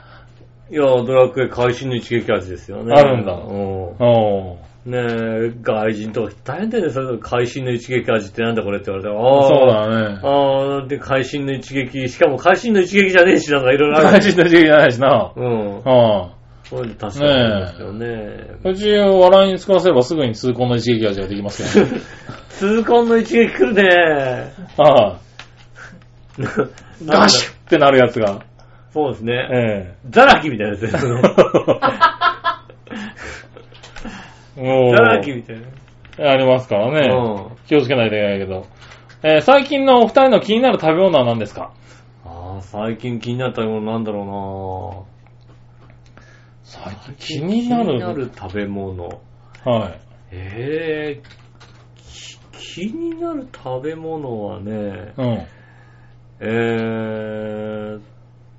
Speaker 2: いや、ドラクエ会心の一撃味ですよね。
Speaker 3: あるんだ
Speaker 2: う
Speaker 3: おー
Speaker 2: ん。ねえ、外人とか大変だよね、それ会心の一撃味ってなんだこれって言われて。ああ、
Speaker 3: そうだね。
Speaker 2: ああ、で、会心の一撃、しかも会心の一撃じゃねえし、なんかいろいろある。
Speaker 3: 会心の一撃じゃないしな。
Speaker 2: うん。
Speaker 3: うん。
Speaker 2: そういうの確かにあるんですよね。
Speaker 3: うち、笑いに使わせればすぐに痛恨の一撃味ができますけどね。
Speaker 2: 痛恨の一撃来るね。
Speaker 3: ああ、
Speaker 2: なんだ
Speaker 3: ガシュッってなるやつが。
Speaker 2: そうですね。
Speaker 3: え
Speaker 2: ザラキみたいなやつです ね。
Speaker 3: え。も
Speaker 2: ザラキ
Speaker 3: う、
Speaker 2: みたいな。
Speaker 3: ありますからね。
Speaker 2: うん。
Speaker 3: 気をつけないといけないけど。えー最近のお二人の気になる食べ物は何ですか
Speaker 2: ああ、最近気になったものなんだろ
Speaker 3: 最
Speaker 2: うな
Speaker 3: 気になる
Speaker 2: 気になる食べ物。
Speaker 3: はい。
Speaker 2: ええき気になる食べ物はね、
Speaker 3: うん。
Speaker 2: えーっ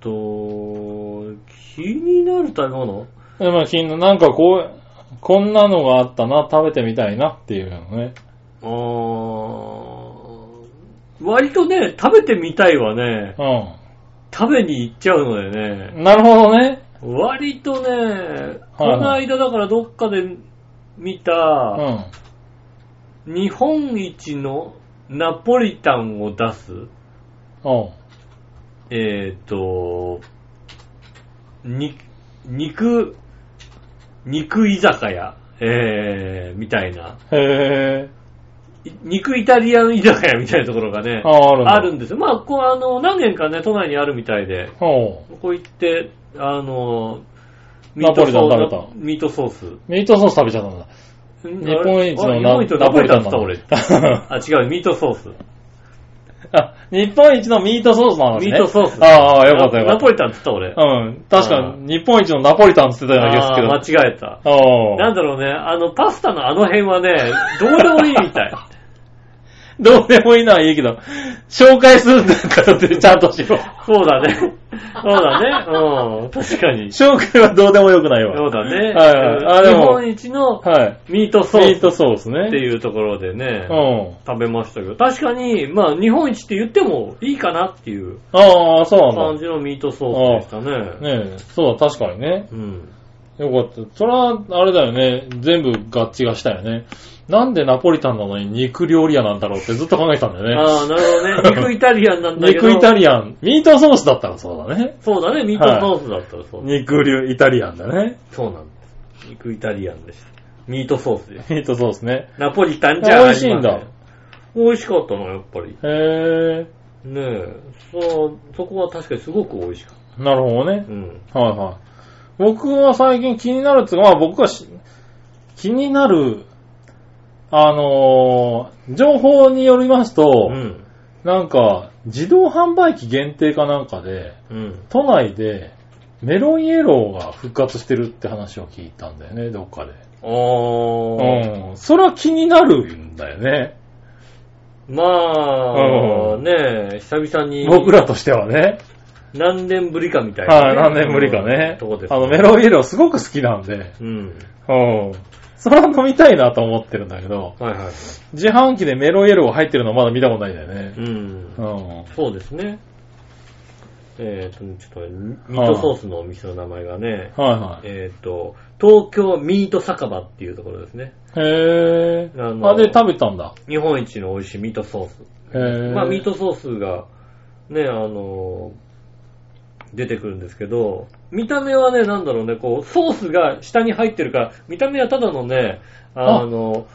Speaker 2: と、気になる食べ物
Speaker 3: でも気にななんかこう、こんなのがあったな、食べてみたいなっていうのね。
Speaker 2: あー割とね、食べてみたいはね、
Speaker 3: う
Speaker 2: 食べに行っちゃうのでね、
Speaker 3: ん。なるほどね。
Speaker 2: 割とね、この間だからどっかで見
Speaker 3: う
Speaker 2: た、
Speaker 3: ん。
Speaker 2: 日本一のナポリタンを出す、
Speaker 3: おう
Speaker 2: えーっと、に、肉、肉居酒屋、えー、みたいな。
Speaker 3: へ
Speaker 2: い肉イタリアン居酒屋みたいなところがね
Speaker 3: ぇー。、あ、あるんだ。
Speaker 2: あるんですよ。まあ、こう、あの、何軒かね、都内にあるみたいで、
Speaker 3: おう
Speaker 2: ここ行って、あの、
Speaker 3: ナポリタ
Speaker 2: ソ
Speaker 3: ン食べ
Speaker 2: ース、ミートソース。
Speaker 3: ミートソース食べちゃったんだ。
Speaker 2: 日
Speaker 3: 日本一の
Speaker 2: 日本一のナポリタンっ
Speaker 3: ナ
Speaker 2: つった
Speaker 3: ポ
Speaker 2: 俺
Speaker 3: リ。タンだ
Speaker 2: あ、違う、ミートソース。
Speaker 3: あ、日本一のミートソースの話ね。
Speaker 2: ミートソース。
Speaker 3: ああ、よかったよか
Speaker 2: ナ
Speaker 3: っ
Speaker 2: ポリタンっつった俺。
Speaker 3: た。うん。確かに、日本一のナポリタンって言ってたような気がするけど。
Speaker 2: あー間違えた。
Speaker 3: お
Speaker 2: なん
Speaker 3: う
Speaker 2: だろうね、あの、パスタのあの辺はね、どうでもいいみたい。
Speaker 3: どうでもいいのはいいけど、紹介するんだからってちゃんとしろ。
Speaker 2: そうだね。そうだね。うん、確かに。そ
Speaker 3: 紹介はどうでもよくないうわ。
Speaker 2: だね。
Speaker 3: はいはいあで
Speaker 2: 日
Speaker 3: も
Speaker 2: 本一の
Speaker 3: はい。
Speaker 2: ミートソ
Speaker 3: ミー
Speaker 2: ース
Speaker 3: トソースね。
Speaker 2: っていうところでね、
Speaker 3: うん。
Speaker 2: 食べましたけど、確かに、まあ、日本一って言ってもいいかなっていう
Speaker 3: ああ、そうなん
Speaker 2: 感
Speaker 3: だ。
Speaker 2: じのミートソースでしたね。
Speaker 3: ねえ、そうだ、確かにね。
Speaker 2: うん。
Speaker 3: よかった。それは、あれだよね。全部合致がしたよね。なんでナポリタンなのに肉料理屋なんだろうってずっと考えてたんだよね。
Speaker 2: ああ、なるほ どね。肉イタリアンなんだけど。
Speaker 3: 肉イタリアン。ミートソースだったらそうだね。
Speaker 2: そうだね、ミートソースだったらそう。
Speaker 3: 肉流イタリアンだね。
Speaker 2: そうなんです。肉イタリアンでした。ミートソースです。
Speaker 3: ミートソースね。
Speaker 2: ナポリタンじゃありませ
Speaker 3: 美味しいんだ。
Speaker 2: 美味しかったの、やっぱり。
Speaker 3: へえ。
Speaker 2: ねえ。そう、そこは確かにすごく美味しかっ
Speaker 3: なるほどね
Speaker 2: た。。うん。
Speaker 3: はいはい。僕は最近気になるっていうか、まあ僕はし気になる、あのー情報によりますと、
Speaker 2: うん。
Speaker 3: なんか、自動販売機限定かなんかで、
Speaker 2: うん。
Speaker 3: 都内でメロンイエローが復活してるって話を聞いたんだよね、どっかで。
Speaker 2: あー。
Speaker 3: うん。それは気になるんだよね。
Speaker 2: まあ、
Speaker 3: うん
Speaker 2: ねえ、久々に。
Speaker 3: 僕らとしてはね。
Speaker 2: 何年ぶりかみたいなね、
Speaker 3: はい、何年ぶりかね。
Speaker 2: とこです、
Speaker 3: あの、メロンイエローすごく好きなんで。
Speaker 2: うん。
Speaker 3: うん。それは飲みたいなと思ってるんだけど、
Speaker 2: はいはい。
Speaker 3: 自販機でメロンイエローが入ってるのまだ見たことないんだよ
Speaker 2: う
Speaker 3: ね。
Speaker 2: ん
Speaker 3: う。ん。
Speaker 2: そうですね。えっ、と、ちょっと、ミートソースのお店の名前がね、
Speaker 3: は
Speaker 2: えっ、と、東京ミート酒場っていうところですね。
Speaker 3: いはい。へ
Speaker 2: あ
Speaker 3: ー。
Speaker 2: の
Speaker 3: あ、で食べたんだ。
Speaker 2: 日本一の美味しいミートソース。
Speaker 3: へー。
Speaker 2: まあ、ミートソースが、ね、あの、出てくるんですけど、見た目はね、なんだろうね、こう、ソースが下に入ってるから、見た目はただのね、あの、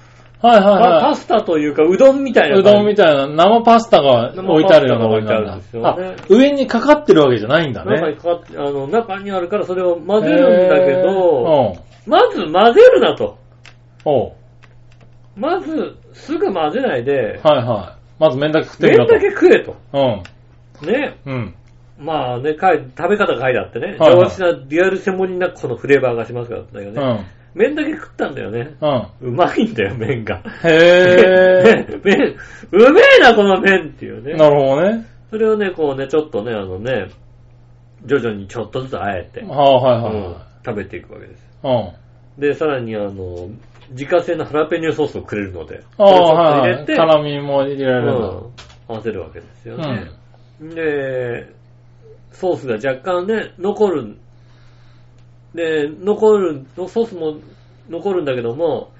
Speaker 3: はいはい
Speaker 2: パ
Speaker 3: は
Speaker 2: スタというか、うどんみたい
Speaker 3: い。
Speaker 2: な
Speaker 3: うどん
Speaker 2: 感じ。
Speaker 3: みたいな生パスタが置いてあるようなもの
Speaker 2: 生
Speaker 3: な
Speaker 2: パ
Speaker 3: ん
Speaker 2: スタ
Speaker 3: だ。
Speaker 2: が置いてあるんです
Speaker 3: あ、上にかかってるわけじゃないんだね。
Speaker 2: 中にかかって、あの、中にあるからそれを混ぜるんだけど、
Speaker 3: へー、
Speaker 2: まず混ぜるなと。
Speaker 3: うん。おう
Speaker 2: まず、すぐ混ぜないで、
Speaker 3: はいはい。まず麺だけ食って
Speaker 2: 麺
Speaker 3: みろと。
Speaker 2: だけ食えと。ね。
Speaker 3: うん。うん。
Speaker 2: まあね、かい食べ方が書いてあってね、
Speaker 3: はいはい
Speaker 2: 上質なリアルセモニナッコのフレーバーがしますからだけど
Speaker 3: う
Speaker 2: ね、
Speaker 3: ん。
Speaker 2: 麺だけ食ったんだよね。
Speaker 3: うん。
Speaker 2: うまいんだよ、麺が。
Speaker 3: へ
Speaker 2: 麺、うめえな、この麺っていう
Speaker 3: ぇー。
Speaker 2: ね。
Speaker 3: なるほどね。
Speaker 2: それをね、こうね、ちょっとね、あのね、徐々にちょっとずつあえて、
Speaker 3: はあ、はいはい
Speaker 2: うん食べていくわけです。
Speaker 3: はい。うん。
Speaker 2: で、さらにあの、自家製のハラペーニョソースをくれるので、
Speaker 3: ああ、
Speaker 2: そ
Speaker 3: は
Speaker 2: れ
Speaker 3: い
Speaker 2: をちょ
Speaker 3: は
Speaker 2: っ
Speaker 3: い。
Speaker 2: と入
Speaker 3: 辛みも入れら
Speaker 2: れ
Speaker 3: れ
Speaker 2: て、
Speaker 3: るん
Speaker 2: うん合わせるわけですよ
Speaker 3: だ。
Speaker 2: ね。で、ソースが若干ね、残る。で、残る、ソースも残るんだけども、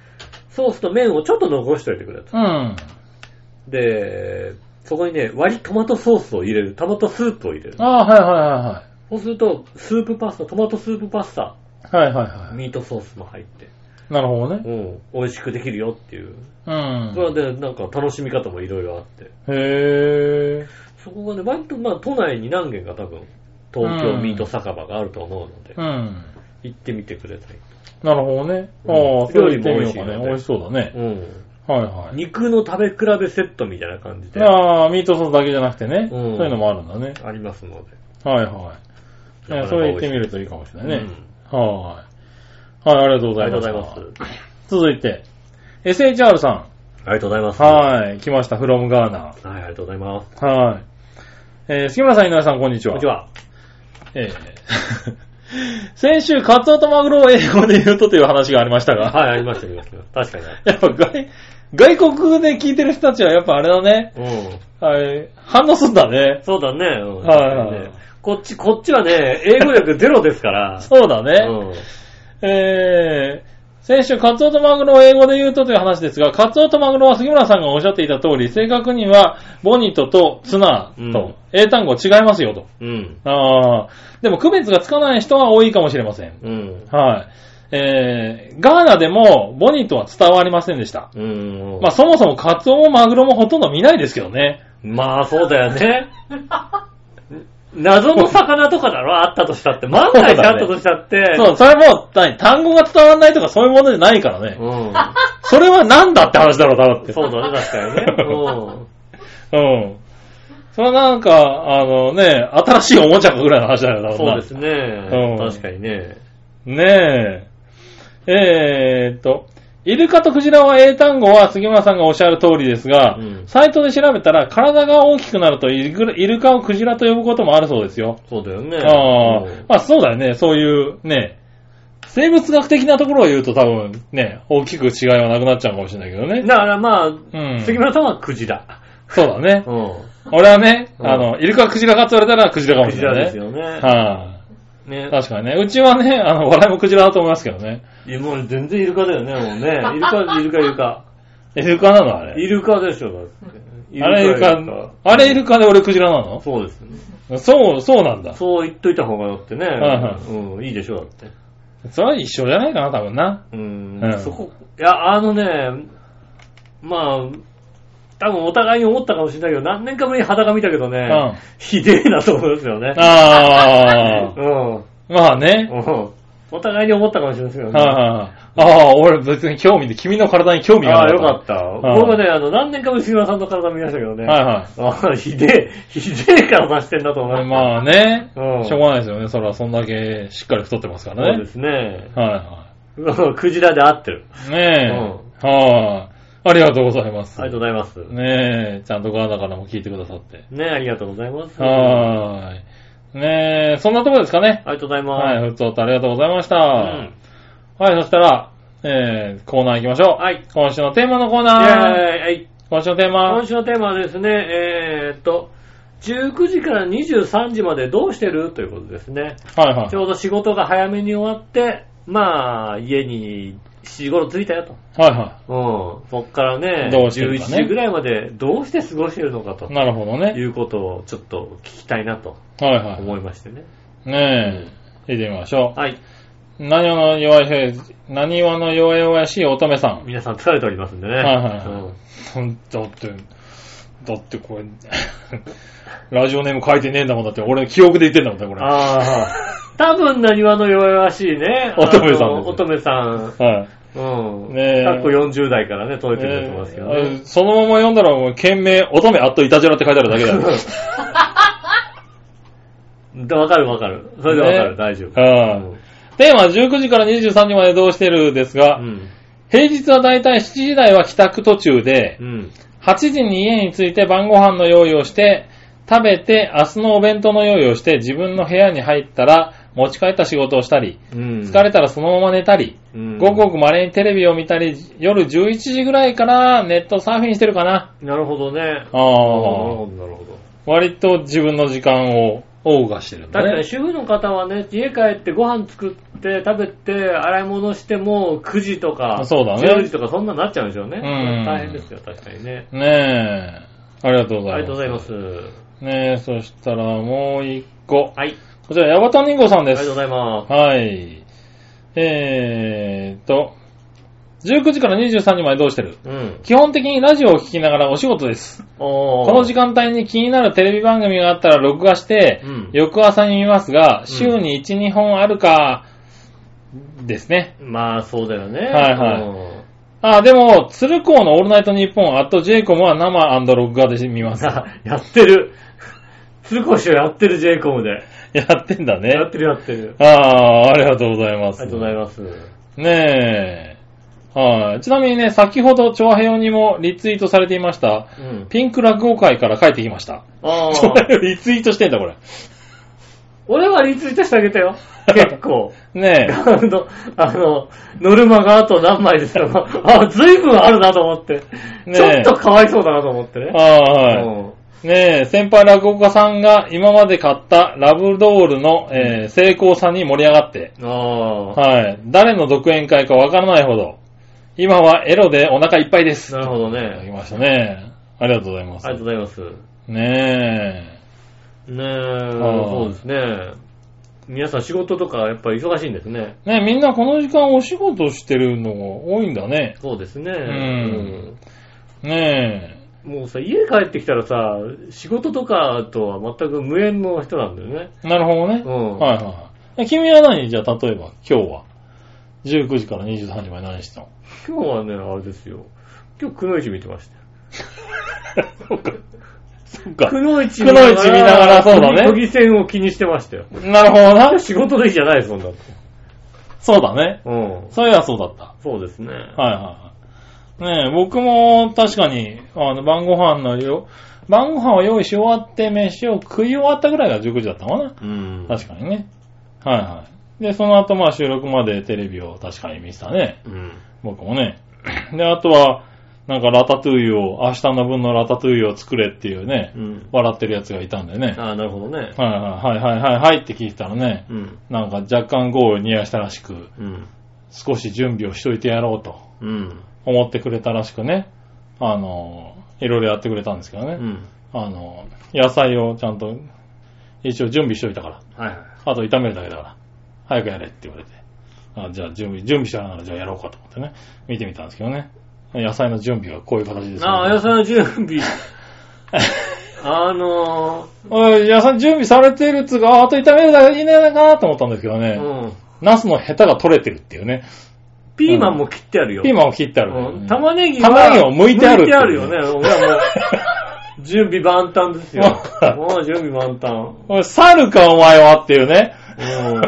Speaker 2: ソースと麺をちょっと残しといてくれと。
Speaker 3: うん。うん。
Speaker 2: で、そこにね、割りトマトソースを入れる。トマトスープを入れる。
Speaker 3: ああ、は
Speaker 2: そうすると、スープパスタ、トマトスープパスタ、
Speaker 3: いはいはいはい。はいはいは
Speaker 2: ミートソースも入って、
Speaker 3: い。なるほどね。
Speaker 2: うん、美味しくできるよっていう。
Speaker 3: う
Speaker 2: それ
Speaker 3: ん。
Speaker 2: で、なんか楽しみ方もいろいろあって。
Speaker 3: へぇ
Speaker 2: そこがね、割とまあ都内に何軒か多分、東京ミート酒場があると思うので、
Speaker 3: ー。うん。
Speaker 2: 行ってみてくれたい。
Speaker 3: なるほどね。
Speaker 2: うん
Speaker 3: ああ、それ行ってみよ
Speaker 2: 料理も美
Speaker 3: う
Speaker 2: 味しい
Speaker 3: か
Speaker 2: の
Speaker 3: ね。
Speaker 2: で
Speaker 3: 美味しそうだね。
Speaker 2: うん。
Speaker 3: はいはい。
Speaker 2: 肉の食べ比べセットみたいな感じであ
Speaker 3: ああ、ミートソースだけじゃなくてね。
Speaker 2: う
Speaker 3: そうんいうのもあるんだね。
Speaker 2: りますので。
Speaker 3: はいはい。ねそれ行ってみ
Speaker 2: る
Speaker 3: るといいかもしれないね。はい。はい、ありがとうご
Speaker 2: あ
Speaker 3: ざ
Speaker 2: り
Speaker 3: い
Speaker 2: がとう
Speaker 3: ま
Speaker 2: ご
Speaker 3: す。
Speaker 2: ざいます。
Speaker 3: 続いて、SHR さん。
Speaker 2: ありがとうございます。
Speaker 3: はい、来ました、フロムガーナ。
Speaker 2: い。はい、ありがとうございます。
Speaker 3: はい。えー、杉村さん、井上さん、こんにち
Speaker 2: こん
Speaker 3: は。
Speaker 2: にちは。
Speaker 3: えー 先週、カツオとマグロを英語で言うとという話がありましたが、
Speaker 2: はい、ありました、ありました。確かに
Speaker 3: やっぱ外、外国で聞いてる人たちはやっぱあれだね、
Speaker 2: うん。
Speaker 3: はい、反応すんだね。
Speaker 2: そうだね。うん
Speaker 3: はいは
Speaker 2: 確
Speaker 3: いはい
Speaker 2: かにねこっち、こっちはね、英語力ゼロですから。
Speaker 3: そうだね。
Speaker 2: うん。
Speaker 3: えー先週、カツオとマグロを英語で言うとという話ですが、カツオとマグロは杉村さんがおっしゃっていた通り、正確には、ボニトとツナ
Speaker 2: うん
Speaker 3: と、英単語違いますよと。
Speaker 2: うん。
Speaker 3: ああ、でも区別がつかない人は多いかもしれません。
Speaker 2: うん。
Speaker 3: はい。えー、ガーナでもボニーとは伝わりませんでした。
Speaker 2: うん。
Speaker 3: まあそもそもカツオもマグロもほとんど見ないですけどね。
Speaker 2: まあ、そうだよね。 謎の魚とかだろあったとしたって。万が一あったとしたって。
Speaker 3: そう、それも単単語が伝わらないとかそういうものじゃないからね。
Speaker 2: うん。
Speaker 3: それはなんだって話だろうな、だって。
Speaker 2: そうだね、確かにね。うん。
Speaker 3: うん。それはなんか、あのね、新しいおもちゃかぐらいの話だよな、
Speaker 2: そうです
Speaker 3: う
Speaker 2: ね
Speaker 3: ん。
Speaker 2: 確かにね。
Speaker 3: ねえ。えーっと、イルカとクジラは英単語は杉村さんがおっしゃる通りですが、
Speaker 2: うん
Speaker 3: サイトで調べたら体が大きくなるとイルイルカをクジラと呼ぶこともあるそうですよ。
Speaker 2: そうだよね。
Speaker 3: ああ
Speaker 2: うん、
Speaker 3: まあそうだよね、そういうね、生物学的なところを言うと多分ね、大きく違いはなくなっちゃうかもしれないけどね。
Speaker 2: だからまあ、
Speaker 3: うん。
Speaker 2: 杉村さんはクジラ。
Speaker 3: そうだね。
Speaker 2: う
Speaker 3: 俺はね、
Speaker 2: うん
Speaker 3: あの、イルカクジラかって言われたらクジラか
Speaker 2: ん。
Speaker 3: も
Speaker 2: ク
Speaker 3: し
Speaker 2: ジ
Speaker 3: れ
Speaker 2: ラ
Speaker 3: な
Speaker 2: で
Speaker 3: いね。
Speaker 2: すよね。
Speaker 3: は
Speaker 2: ね
Speaker 3: い、確かにね。うちはね、 あの、笑いもクジラだと思いますけどね。
Speaker 2: いや、もう全然イルカだよね、もうね。イルカ、イルカ、イルカ。
Speaker 3: イルカなのあれ。
Speaker 2: イルカでしょ、だって。
Speaker 3: あれイルカ、あれイルカで俺クジラなの
Speaker 2: そうですね。
Speaker 3: そう、そうなんだ。
Speaker 2: そう言っといた方がだってね。
Speaker 3: いは
Speaker 2: うん、いいでしょ、だって。
Speaker 3: それは一緒じゃないかな、多分な。
Speaker 2: うん
Speaker 3: うん
Speaker 2: そこ、いや、あのね、まあ、多分お互いに思ったかもしれないけど、何年かぶりに裸見たけど
Speaker 3: う
Speaker 2: ね
Speaker 3: ん。、あ
Speaker 2: ひでえなと思うんですよね。
Speaker 3: あ
Speaker 2: うん。うん
Speaker 3: ー、まあね。
Speaker 2: お互いに思ったかもしれないですけどね。
Speaker 3: はいはいああ、俺別に興味で、君の体に興味が
Speaker 2: あ
Speaker 3: あ
Speaker 2: あ、
Speaker 3: る。
Speaker 2: よかった。僕はね、あの、何年かぶりに杉村さんの体見ましたけどね。
Speaker 3: はいはい。
Speaker 2: ああ、ひでえ、ひでえ体してんだと思いま
Speaker 3: まあね、
Speaker 2: うん
Speaker 3: しょうがないですよね。それはそんだけしっかり太ってますか
Speaker 2: す。そ
Speaker 3: ら
Speaker 2: う
Speaker 3: ね
Speaker 2: で。すね。
Speaker 3: はいは
Speaker 2: うんクジラで合ってる。
Speaker 3: い。ねえ。はい。ありがとうございます。
Speaker 2: ありがとうございます。
Speaker 3: ねえ、ちゃんとガーナからも聞いてくださって。
Speaker 2: ねありがとうございます。あ
Speaker 3: はーい。ねえ、そんなとこですかね。
Speaker 2: りがとうございます。
Speaker 3: はい、ふつおたありがとうございました。
Speaker 2: うん
Speaker 3: はい、そしたら、えー、コーナー行きましょう。
Speaker 2: はい。
Speaker 3: 今週のテーマのコー
Speaker 2: イェー
Speaker 3: ナー。
Speaker 2: イはい
Speaker 3: 今週のテーマ。
Speaker 2: 今週のテーマはですね、えーっと、19時から23時までどうしてるということですね。
Speaker 3: はいはい
Speaker 2: ち。ょうど仕事が早めに終わって、まあ、家に7時頃着いたよと。
Speaker 3: はいは
Speaker 2: うん。そっからね、
Speaker 3: どうしてるか
Speaker 2: 11
Speaker 3: ね
Speaker 2: 時ぐらいまでどうして過ごしてるのかと
Speaker 3: い。。なるほどね。
Speaker 2: いうことをちょっと聞きたいなと
Speaker 3: はいは
Speaker 2: 思いましてね。
Speaker 3: い。ねえ、行ってみましょ
Speaker 2: はい。
Speaker 3: う。何話の弱い、何話の弱々しい乙女さん。
Speaker 2: 皆さん疲れておりますんでね。
Speaker 3: はいはいはい
Speaker 2: うん
Speaker 3: だって、だってこれ、 ラジオネーム書いてねえんだもん。だって俺記憶で言ってんだもんだ、これ。は
Speaker 2: ああ、多分何話の弱々しいね。
Speaker 3: 乙女さん
Speaker 2: あの乙女さん。
Speaker 3: い。
Speaker 2: うん。
Speaker 3: ねえ
Speaker 2: かっこ40代からね、届いてると思いますけどね。
Speaker 3: えーそのまま読んだら、もう件名、乙女あっといたじらって書いてあるだけだよ。
Speaker 2: でわかるわかる。それでわかる、
Speaker 3: ね
Speaker 2: 大丈夫。
Speaker 3: うんテーマは19時から23時までどうしてるですが、
Speaker 2: うん。
Speaker 3: 平日はだいたい7時台は帰宅途中で
Speaker 2: う、ん。
Speaker 3: 8時に家に着いて晩ご飯の用意をして、食べて明日のお弁当の用意をして自分の部屋に入ったら持ち帰った仕事をしたり、
Speaker 2: うん。
Speaker 3: 疲れたらそのまま寝たり、
Speaker 2: うん
Speaker 3: ごくごく稀にテレビを見たり、夜11時ぐらいからネットサーフィンしてるかな。
Speaker 2: なるほどね。
Speaker 3: あ
Speaker 2: あなる
Speaker 3: あ
Speaker 2: ほど、なるほど。
Speaker 3: 割と自分の時間を謳歌してるんだ
Speaker 2: 確か
Speaker 3: ね
Speaker 2: に。主婦の方はね、家帰ってご飯作って食べて洗い物しても9時とか、
Speaker 3: そうだね
Speaker 2: 10時とかそんなになっちゃうんでしょうね。
Speaker 3: うん
Speaker 2: 大変ですよ、確かにね。
Speaker 3: ねえ。ありがとうご
Speaker 2: あ
Speaker 3: ざいます。
Speaker 2: りがとうございます。
Speaker 3: ねえ、そしたらもう一個。
Speaker 2: はい、
Speaker 3: こちら、ヤバタニンゴさ
Speaker 2: あ
Speaker 3: ん
Speaker 2: り
Speaker 3: で
Speaker 2: がとうご
Speaker 3: す。
Speaker 2: ざいます。
Speaker 3: はい。えーっと、19時から23時までどうしてる
Speaker 2: うん。
Speaker 3: 基本的にラジオを聞きながらお仕事です。
Speaker 2: おー
Speaker 3: この時間帯に気になるテレビ番組があったら録画して、
Speaker 2: うん
Speaker 3: 翌朝に見ますが、週に1、2本あるか、ですね。
Speaker 2: まあ、そうだよね。
Speaker 3: はいはい
Speaker 2: うん
Speaker 3: あ、でも、鶴光のオールナイトニッポン、アットジェイコムは生録画で見ます。
Speaker 2: あ やってる。鶴子師匠やってる j コムで。
Speaker 3: やってんだね。
Speaker 2: やってるやってる。
Speaker 3: ああ、ありがとうございま
Speaker 2: あり
Speaker 3: す。
Speaker 2: がとうございます。
Speaker 3: ねえ。はい。ちなみにね、先ほど、長平にもリツイートされていました、
Speaker 2: うん。
Speaker 3: ピンク落語会から帰ってきました。
Speaker 2: あ
Speaker 3: 長
Speaker 2: あ、
Speaker 3: 平リツイートしてんだ、これ。
Speaker 2: 俺はリツイートしてあげた よ。結構。
Speaker 3: ねえ。
Speaker 2: あの、あの、ノルマがあと何枚ですよ。あ、随分あるなと思って。
Speaker 3: ねえ
Speaker 2: ちょっとかわいそうだなと思って ね。
Speaker 3: あーは
Speaker 2: うん
Speaker 3: い。ねえ、先輩落語家さんが今まで買ったラブドールの、えー成功さに盛り上がって、
Speaker 2: ああ、
Speaker 3: はい。誰の独演会かわからないほど、今はエロでお腹いっぱいです。
Speaker 2: なるほど
Speaker 3: いただき
Speaker 2: ね。
Speaker 3: ましたね。ありがとうございます
Speaker 2: あ。りがとうございます。ね
Speaker 3: ね
Speaker 2: え、
Speaker 3: ー
Speaker 2: そうですね。皆さん仕事とかやっぱり忙しいんですね。
Speaker 3: え。ねえ、みんなこの時間お仕事してるのが多いんだね。
Speaker 2: そうですね。
Speaker 3: んねえ。
Speaker 2: うんもうさ、家帰ってきたらさ、仕事とかとは全く無縁の人なんだよね。
Speaker 3: なるほどね。
Speaker 2: うん。
Speaker 3: はいはいはい。え君は何じゃあ、例えば今日は、19時から23時まで 何してたの
Speaker 2: 今日はね、あれですよ。今日、くのいち見てましたよ。
Speaker 3: そっか。 そっか
Speaker 2: く。のいち
Speaker 3: くのいち見ながらそうだね
Speaker 2: 都議選を気にしてましたよ。
Speaker 3: なるほどな。
Speaker 2: 仕事の日じゃないですもんだって。
Speaker 3: そうだね。
Speaker 2: うん。
Speaker 3: そういえばそうだった。
Speaker 2: そうですね。
Speaker 3: はいはいはい。ねえ、僕も確かに、あの、晩ご飯のよ、晩ご飯を用意し終わって、飯を食い終わったぐらいが19時だったのかな。
Speaker 2: うん。
Speaker 3: 確かにね。はいはい。で、その後、まあ収録までテレビを確かに見てたね。
Speaker 2: うん。
Speaker 3: 僕もね。で、あとは、なんかラタトゥーユを、明日の分のラタトゥーユを作れっていうね、
Speaker 2: うん。
Speaker 3: 笑ってるやつがいたんでね。
Speaker 2: ああ、なるほどね。
Speaker 3: はいはいはいはいはいはいって聞いてたらね、
Speaker 2: うん。
Speaker 3: なんか若干豪雨にやしたらしく、
Speaker 2: うん。
Speaker 3: 少し準備をしといてやろうと
Speaker 2: うん。
Speaker 3: 思ってくれたらしくね、あの、いろいろやってくれたんですけど
Speaker 2: う
Speaker 3: ね、
Speaker 2: ん。
Speaker 3: あの、野菜をちゃんと、一応準備しといたから、
Speaker 2: はいはい。
Speaker 3: あと炒めるだけだから、早くやれって言われて。あじゃあ準備、準備しながらじゃあやろうかと思ってね、見てみたんですけどね。野菜の準備がこういう形です、ね。
Speaker 2: ああ、野菜の準備。あの
Speaker 3: おい野菜準備されてるっつうか、あと炒めるだけでいいんじゃないかなと思ったんですけど
Speaker 2: ー、
Speaker 3: ね、
Speaker 2: うん。
Speaker 3: ナスのヘタが取れてるっていうね。
Speaker 2: ピーマンも切ってあるよ。
Speaker 3: ピーマンを切ってある、
Speaker 2: うん玉ねぎは
Speaker 3: 玉ねぎを剥いてある
Speaker 2: 剥いてあるよね。
Speaker 3: っ。
Speaker 2: 俺はもう、準備万端ですよもう準備万端。
Speaker 3: おい、猿かお前はっていう ね。
Speaker 2: うん。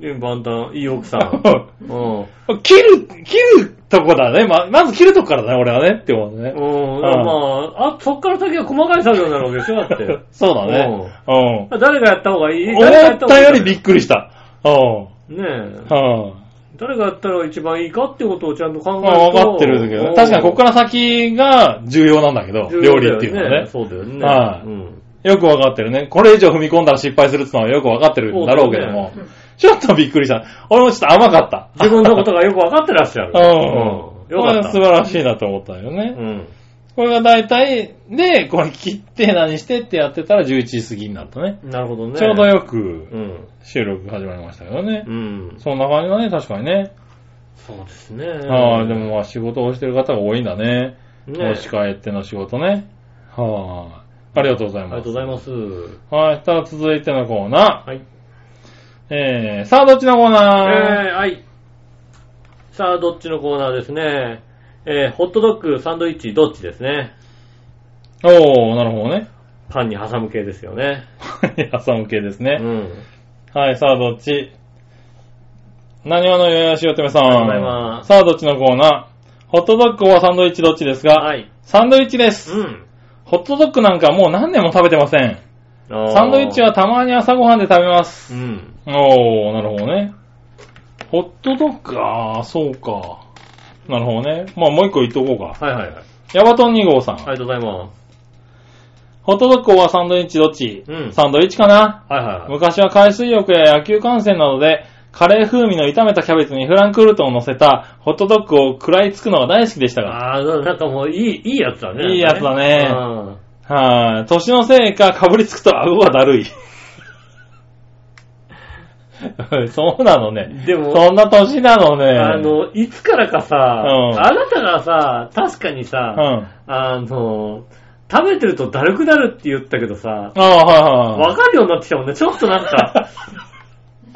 Speaker 2: 準備万端、いい奥さん。うん。
Speaker 3: 切る、切るとこだね。ま、まず切るとこからだね、俺はね。って思うね
Speaker 2: う。ん。だからまあ、あ、そっから先は細かい作業になるわけでしょだって。
Speaker 3: そうだね。うん。
Speaker 2: 誰がやった方がいい
Speaker 3: 思
Speaker 2: 誰がや
Speaker 3: ったより
Speaker 2: っ
Speaker 3: びっくりした。うん。
Speaker 2: ねえ。
Speaker 3: うん。
Speaker 2: 誰がやったら一番いいかってことをちゃんと考える
Speaker 3: ま
Speaker 2: と。
Speaker 3: あ、分かってるんだけど
Speaker 2: う
Speaker 3: ね。
Speaker 2: ん
Speaker 3: 確かにここから先が重要なんだけど、
Speaker 2: 重要
Speaker 3: 料
Speaker 2: だよね
Speaker 3: 理っていうのはね。
Speaker 2: そうだよね。
Speaker 3: はい
Speaker 2: うん。
Speaker 3: よく分かってるね。これ以上踏み込んだら失敗するってのはよく分かってるんだろうけども。ちょっとびっくりした。俺もちょっと甘かった。
Speaker 2: 自分のことがよく分かってらっしゃる。
Speaker 3: うん。
Speaker 2: よかっ
Speaker 3: これ
Speaker 2: た。
Speaker 3: 素晴らしいなと思ったよね。
Speaker 2: うん。
Speaker 3: これが大体、で、これ切って何してってやってたら11時過ぎになったね。
Speaker 2: なるほどね。
Speaker 3: ちょうど
Speaker 2: よ。
Speaker 3: よく
Speaker 2: うん。
Speaker 3: 収録始まりましたけどね
Speaker 2: う。ん。
Speaker 3: そんな感じだね、確かにね。
Speaker 2: そうですね。
Speaker 3: ああ、でもまあ仕事をしてる方が多いんだね。
Speaker 2: ね、
Speaker 3: 持ち帰っての仕事ね。はあ。ありがとうござ
Speaker 2: あ
Speaker 3: い
Speaker 2: り
Speaker 3: ま
Speaker 2: が
Speaker 3: す。
Speaker 2: とうございます。
Speaker 3: はい、さあ続いてのコーナ
Speaker 2: はい。
Speaker 3: ー。えー、さあどっちのコー
Speaker 2: えー、
Speaker 3: ナー、
Speaker 2: はい。さあ、どっちのコーナーですね。えー、ホットドッグ、サンドイッチ、どっちですね。
Speaker 3: おー、なるほどね。
Speaker 2: パンに挟む系ですよね。
Speaker 3: ハサム系です
Speaker 2: う
Speaker 3: ね。
Speaker 2: ん。
Speaker 3: はい、さあどっち何話のよやしおとめさん。
Speaker 2: ありがとうございます
Speaker 3: さあどっちのコーナーホットドッグはサンドイッチどっちですが、
Speaker 2: はい。
Speaker 3: サンドイッチです、
Speaker 2: うん。
Speaker 3: ホットドッグなんかもう何年も食べてません。
Speaker 2: あー
Speaker 3: サンドイッチは、たまに朝ごはんで食べます。
Speaker 2: うん。
Speaker 3: おー、なるほどね。ホットドッグ、あー、そうか。なるほどね。まあもう一個言っとこうか。
Speaker 2: はいはいはい。
Speaker 3: ヤバトン2号さん。
Speaker 2: ありがとうございま
Speaker 3: ホットドッグはサンドイッチどっち、
Speaker 2: うん
Speaker 3: サンドイッチかな
Speaker 2: す。はいはいはい。
Speaker 3: 昔は海水浴や野球観戦などで、カレー風味の炒めたキャベツにフランクフルトを乗せたホットドッグを食らいつくのが大好きでしたが、
Speaker 2: ああ、なんかもういい、いいやつだね。
Speaker 3: いいやつだね
Speaker 2: なんかね
Speaker 3: はい、年のせいかかぶりつくと顎がだるい。 そうなの
Speaker 2: う
Speaker 3: ね。
Speaker 2: ん。でも、
Speaker 3: そんな年なのね。
Speaker 2: あの、いつからかさ、
Speaker 3: うん
Speaker 2: あなたがさ、確かに
Speaker 3: う
Speaker 2: さ、
Speaker 3: ん。あ
Speaker 2: あの、食べてるとだるくなるって言ったけどさ、
Speaker 3: あ、はいはい
Speaker 2: わ。かるようになってきたもんね。ちょっとなんか、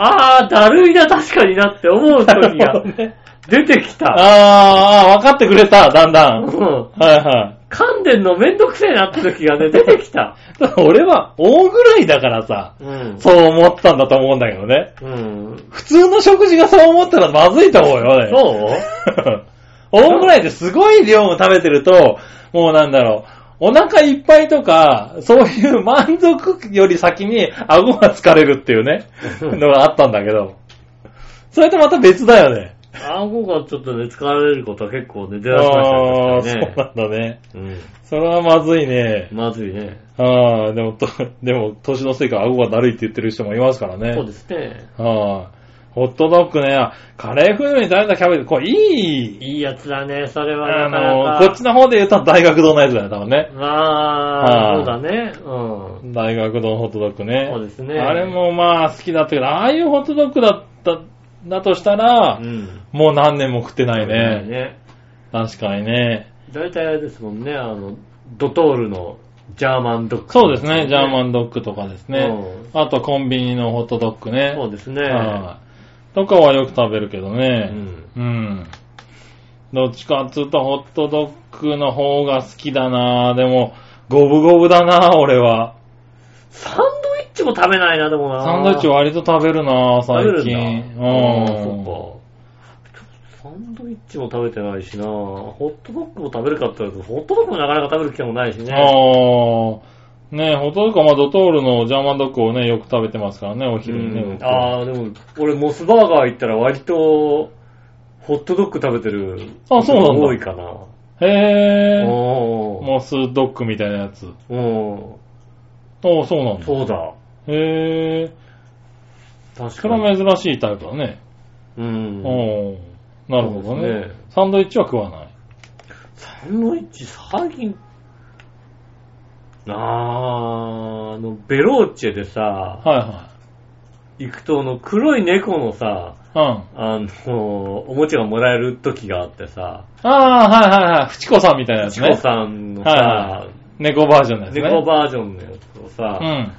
Speaker 2: あー、だるいな、確かになって思う時
Speaker 3: な
Speaker 2: が
Speaker 3: るほどね
Speaker 2: 出てきた。
Speaker 3: あーあー、わかってくれた、だんだ。
Speaker 2: うんん
Speaker 3: はいは
Speaker 2: 噛んでんのめんどくせえなって時が ね、出てきた。
Speaker 3: い。ただ俺は、大ぐらいだからさ、
Speaker 2: うん。
Speaker 3: そう思ったんだと思うんだけどね。
Speaker 2: うん。
Speaker 3: 普通の食事がそう思ったらまずいと思うよ、ね。
Speaker 2: そう
Speaker 3: う 大ぐらいですごい量を食べてると、もうなんだろう、お腹いっぱいとか、そういう満足より先に顎が疲れるっていう ね、のがあったんだけど。それとまた別だよね。
Speaker 2: 顎がちょっとね、疲れることは結構ね、出
Speaker 3: あ
Speaker 2: だしま
Speaker 3: あー、
Speaker 2: した
Speaker 3: そう
Speaker 2: ね確か
Speaker 3: なんだね。
Speaker 2: にね。
Speaker 3: それはまずいね
Speaker 2: う。ん。まずいね。
Speaker 3: ああ、でもと、 でも、年のせいか顎がだるいって言ってる人もいますからね。
Speaker 2: そうですね。
Speaker 3: はい、ホットドッグね、あカレー風味に食べたキャベツ、これいい、
Speaker 2: いいやつだね、それはなか
Speaker 3: あ
Speaker 2: な
Speaker 3: の、
Speaker 2: か。
Speaker 3: こっちの方で言うと大学堂のやつだね、多分ね。
Speaker 2: ああ、
Speaker 3: は
Speaker 2: そ
Speaker 3: いう
Speaker 2: だね。うん。
Speaker 3: 大学堂のホットドッグね。
Speaker 2: そうですね
Speaker 3: あれもまあ好きだったけど、ああいうホットドッグだった、だとしたら、
Speaker 2: うん。
Speaker 3: もう何年も食ってないね。
Speaker 2: ね。
Speaker 3: 確かにね。
Speaker 2: 大体あれですもんね、あの、ドトールのジャーマンドッグ。
Speaker 3: そうですね、ジャー
Speaker 2: ン。
Speaker 3: マンドッグとかですね。あとコンビニのホットドッグね。
Speaker 2: そうですね。
Speaker 3: はいとかはよく食べるけど
Speaker 2: う
Speaker 3: ね。
Speaker 2: ん。
Speaker 3: うん。どっちかっつうと、ホットドッグの方が好きだなぁ。でも、五分五分だなぁ、俺は。
Speaker 2: サンドイッチも食べないな、でもな。
Speaker 3: サンドイッチ割と食べるなぁ、
Speaker 2: 食べる
Speaker 3: 最
Speaker 2: んだ
Speaker 3: 近。
Speaker 2: うん、
Speaker 3: うん。
Speaker 2: そっか。サンドイッチも食べてないしなホットドッグも食べるかって言うと、ホットドッグもなかなか食べる機会もないしね。
Speaker 3: ああ。ねえ、ホットドッグはまあドトールのジャーマンドッグをね、よく食べてますからね、お
Speaker 2: う
Speaker 3: 昼にね
Speaker 2: ん。、
Speaker 3: 僕は
Speaker 2: あー、でも、俺、モスバーガー行ったら割と、ホットドッグ食べてる。
Speaker 3: あそうなんだ
Speaker 2: 多いかな。
Speaker 3: へえ。
Speaker 2: おー
Speaker 3: モスドッグみたいなやつ。
Speaker 2: うん。
Speaker 3: ああ、そうなんだ。
Speaker 2: そうだ。
Speaker 3: へえ。
Speaker 2: 確
Speaker 3: そ
Speaker 2: か
Speaker 3: れ
Speaker 2: に。
Speaker 3: は珍しいタイプだね。
Speaker 2: うん。
Speaker 3: おん。なるほど
Speaker 2: そう
Speaker 3: ね
Speaker 2: ですね
Speaker 3: サンドイッチは食わない。
Speaker 2: サンドイッチ、最近、あー、あの、ベローチェでさ、
Speaker 3: はいはい。
Speaker 2: 行くと、あの、黒い猫のさ、
Speaker 3: うん。あ
Speaker 2: あの、おもちゃがもらえる時があってさ、
Speaker 3: あ、はいはいはい。フチコさんみたいなやつ
Speaker 2: チコ
Speaker 3: ね。
Speaker 2: さんの
Speaker 3: は
Speaker 2: さ、
Speaker 3: 猫バージョンのやつね。
Speaker 2: 猫バージョンのやつをさ、
Speaker 3: うん。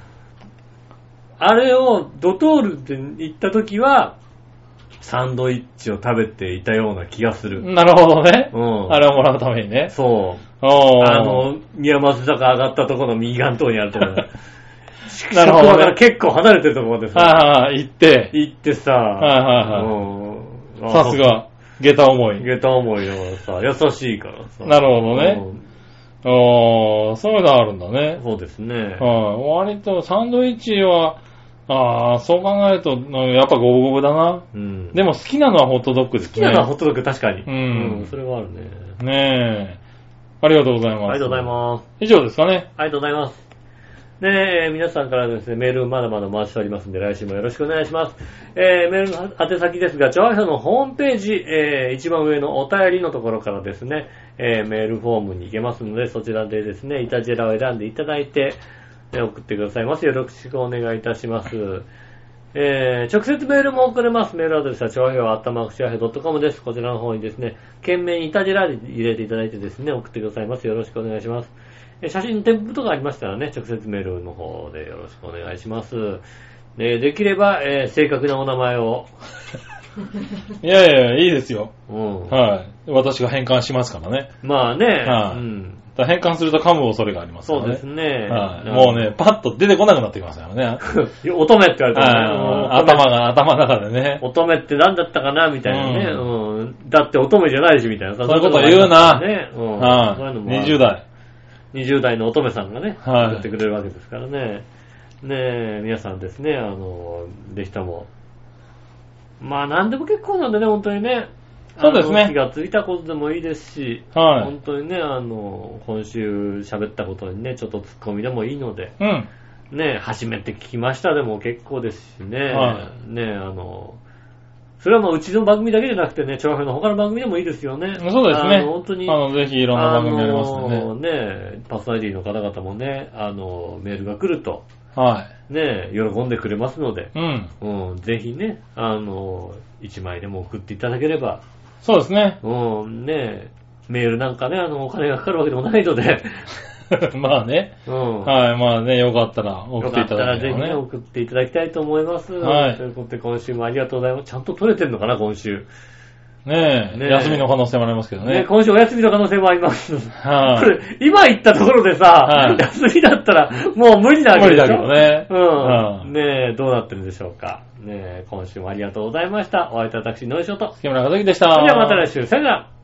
Speaker 2: あれをドトールで行った時は、サンドイッチを食べていたような気がする。
Speaker 3: なるほどね
Speaker 2: う。ん。
Speaker 3: あれをもらうためにね。
Speaker 2: そう。
Speaker 3: おー
Speaker 2: あ、の、宮松坂上がったところの右側のところにあるとこ ろ。
Speaker 3: なるほ
Speaker 2: 職
Speaker 3: ど
Speaker 2: 場
Speaker 3: ね。
Speaker 2: か
Speaker 3: は
Speaker 2: ら
Speaker 3: い
Speaker 2: 結構離れてるところまでさ、
Speaker 3: はいはい、行って。
Speaker 2: 行ってさ、
Speaker 3: いはいは
Speaker 2: うん
Speaker 3: さす。が、下駄思い。
Speaker 2: 下駄思いのさ、優しいからさ。
Speaker 3: なるほどね。おー、そういうのあるんだ
Speaker 2: う
Speaker 3: ね
Speaker 2: ん。。そうですね。
Speaker 3: はい。割とサンドイッチは、ああ、そう考えると、うんやっぱゴブゴブだな。
Speaker 2: うん。
Speaker 3: でも好きなのはホットドッグですね。
Speaker 2: 好きなのはホットドッグ確かに。
Speaker 3: うん
Speaker 2: それはあるね。
Speaker 3: ねえ。ありがとうございます。
Speaker 2: ありがとうございます。
Speaker 3: す。以上ですかね。
Speaker 2: ありがとうございます。ねえ、皆さんからですね、メールまだまだ回しておりますんで、来週もよろしくお願いします。えー、メールの宛先ですが、調和社のホームページ、えー、一番上のお便りのところからですね、えー、メールフォームに行けますので、そちらでですね、イタジェラを選んでいただいて、ね送ってくださいます。よろしくお願いいたします。えー、直接メールも送れます。メールアドレスは、超平和、あったまくしあへ .com です。こちらの方にですね、懸命にいたじらで入れていただいてですね、送ってくださいます。よろしくお願いします。えー写真、添付とかありましたらね、直接メールの方でよろしくお願いします。ねできれば、えー正確なお名前を。
Speaker 3: いやいや、いいですよ。
Speaker 2: うん。
Speaker 3: はい。私が返還しますからね。
Speaker 2: まあね、
Speaker 3: はい
Speaker 2: うん。
Speaker 3: だから返還すると噛む恐れがありますか
Speaker 2: そ
Speaker 3: ら
Speaker 2: う
Speaker 3: ね。
Speaker 2: ですね。
Speaker 3: はい。もうね、パッと出てこなくなってきますからね。
Speaker 2: 乙女って言われてもね
Speaker 3: は
Speaker 2: う
Speaker 3: い
Speaker 2: ん。
Speaker 3: 頭が、頭の中でね。
Speaker 2: 乙女って何だったかなみたいなね、
Speaker 3: う
Speaker 2: うん。だって乙女じゃないし、みたいなさ。
Speaker 3: そういうこと言うな
Speaker 2: そういうこともありますからね。うん。そういうのもあ
Speaker 3: はい。
Speaker 2: る
Speaker 3: 20。代。
Speaker 2: 20代の乙女さんがね、
Speaker 3: は
Speaker 2: や
Speaker 3: い
Speaker 2: ってくれるわけですからね。ねえ、皆さんですね、あの、でしたも。まあ、何でも結構なんでね、本当にね。
Speaker 3: そうですね
Speaker 2: あの気がついたことでもいいですし、
Speaker 3: はい
Speaker 2: 本当にね、あの、今週喋ったことにね、ちょっとツッコミでもいいので、
Speaker 3: うん。
Speaker 2: ねえ、初めて聞きましたでも結構ですしね、
Speaker 3: は
Speaker 2: ねえ、あの、それはもううちの番組だけじゃなくてね、長編の他の番組でもいいですよね。
Speaker 3: そうですね。
Speaker 2: あの本当に、
Speaker 3: あの、ぜひいろんな番組ありますんで
Speaker 2: あの
Speaker 3: ね。
Speaker 2: ねえパーソナリティの方々もね、あの、メールが来ると、
Speaker 3: は
Speaker 2: ねえ、喜んでくれますので、
Speaker 3: い。うん。
Speaker 2: うん、ぜひね、あの、1枚でも送っていただければ、
Speaker 3: そうですね。
Speaker 2: うん、ねえ、メールなんかね、あの、お金がかかるわけでもないので、
Speaker 3: まあね。
Speaker 2: うん、
Speaker 3: はい。まあね、よかったら送
Speaker 2: よ
Speaker 3: って
Speaker 2: か
Speaker 3: い
Speaker 2: った
Speaker 3: ただ
Speaker 2: ら
Speaker 3: け
Speaker 2: ぜ
Speaker 3: れ
Speaker 2: ひ
Speaker 3: ば
Speaker 2: ね、
Speaker 3: ね。
Speaker 2: 送っていただきたいと思います。
Speaker 3: はい
Speaker 2: ということで、今週もありがとうございます。ちゃんと取れてるのかな、今週。
Speaker 3: ね
Speaker 2: ね
Speaker 3: え、休みの可能性もありますけど
Speaker 2: ね、
Speaker 3: ね。
Speaker 2: 今週お休みの可能性もあります。
Speaker 3: はい
Speaker 2: これ、今言ったところでさ、
Speaker 3: はい
Speaker 2: 休みだったら、もう無理なわ
Speaker 3: 無
Speaker 2: け
Speaker 3: 理
Speaker 2: でしょ
Speaker 3: だけど。ね。
Speaker 2: う。
Speaker 3: うんん
Speaker 2: ねえ、どうなってるでしょうか。ねえ、今週もありがとうございました。お会いいたい私、ノイショと。
Speaker 3: 木村和樹でした。
Speaker 2: それではまた来週、さよなら。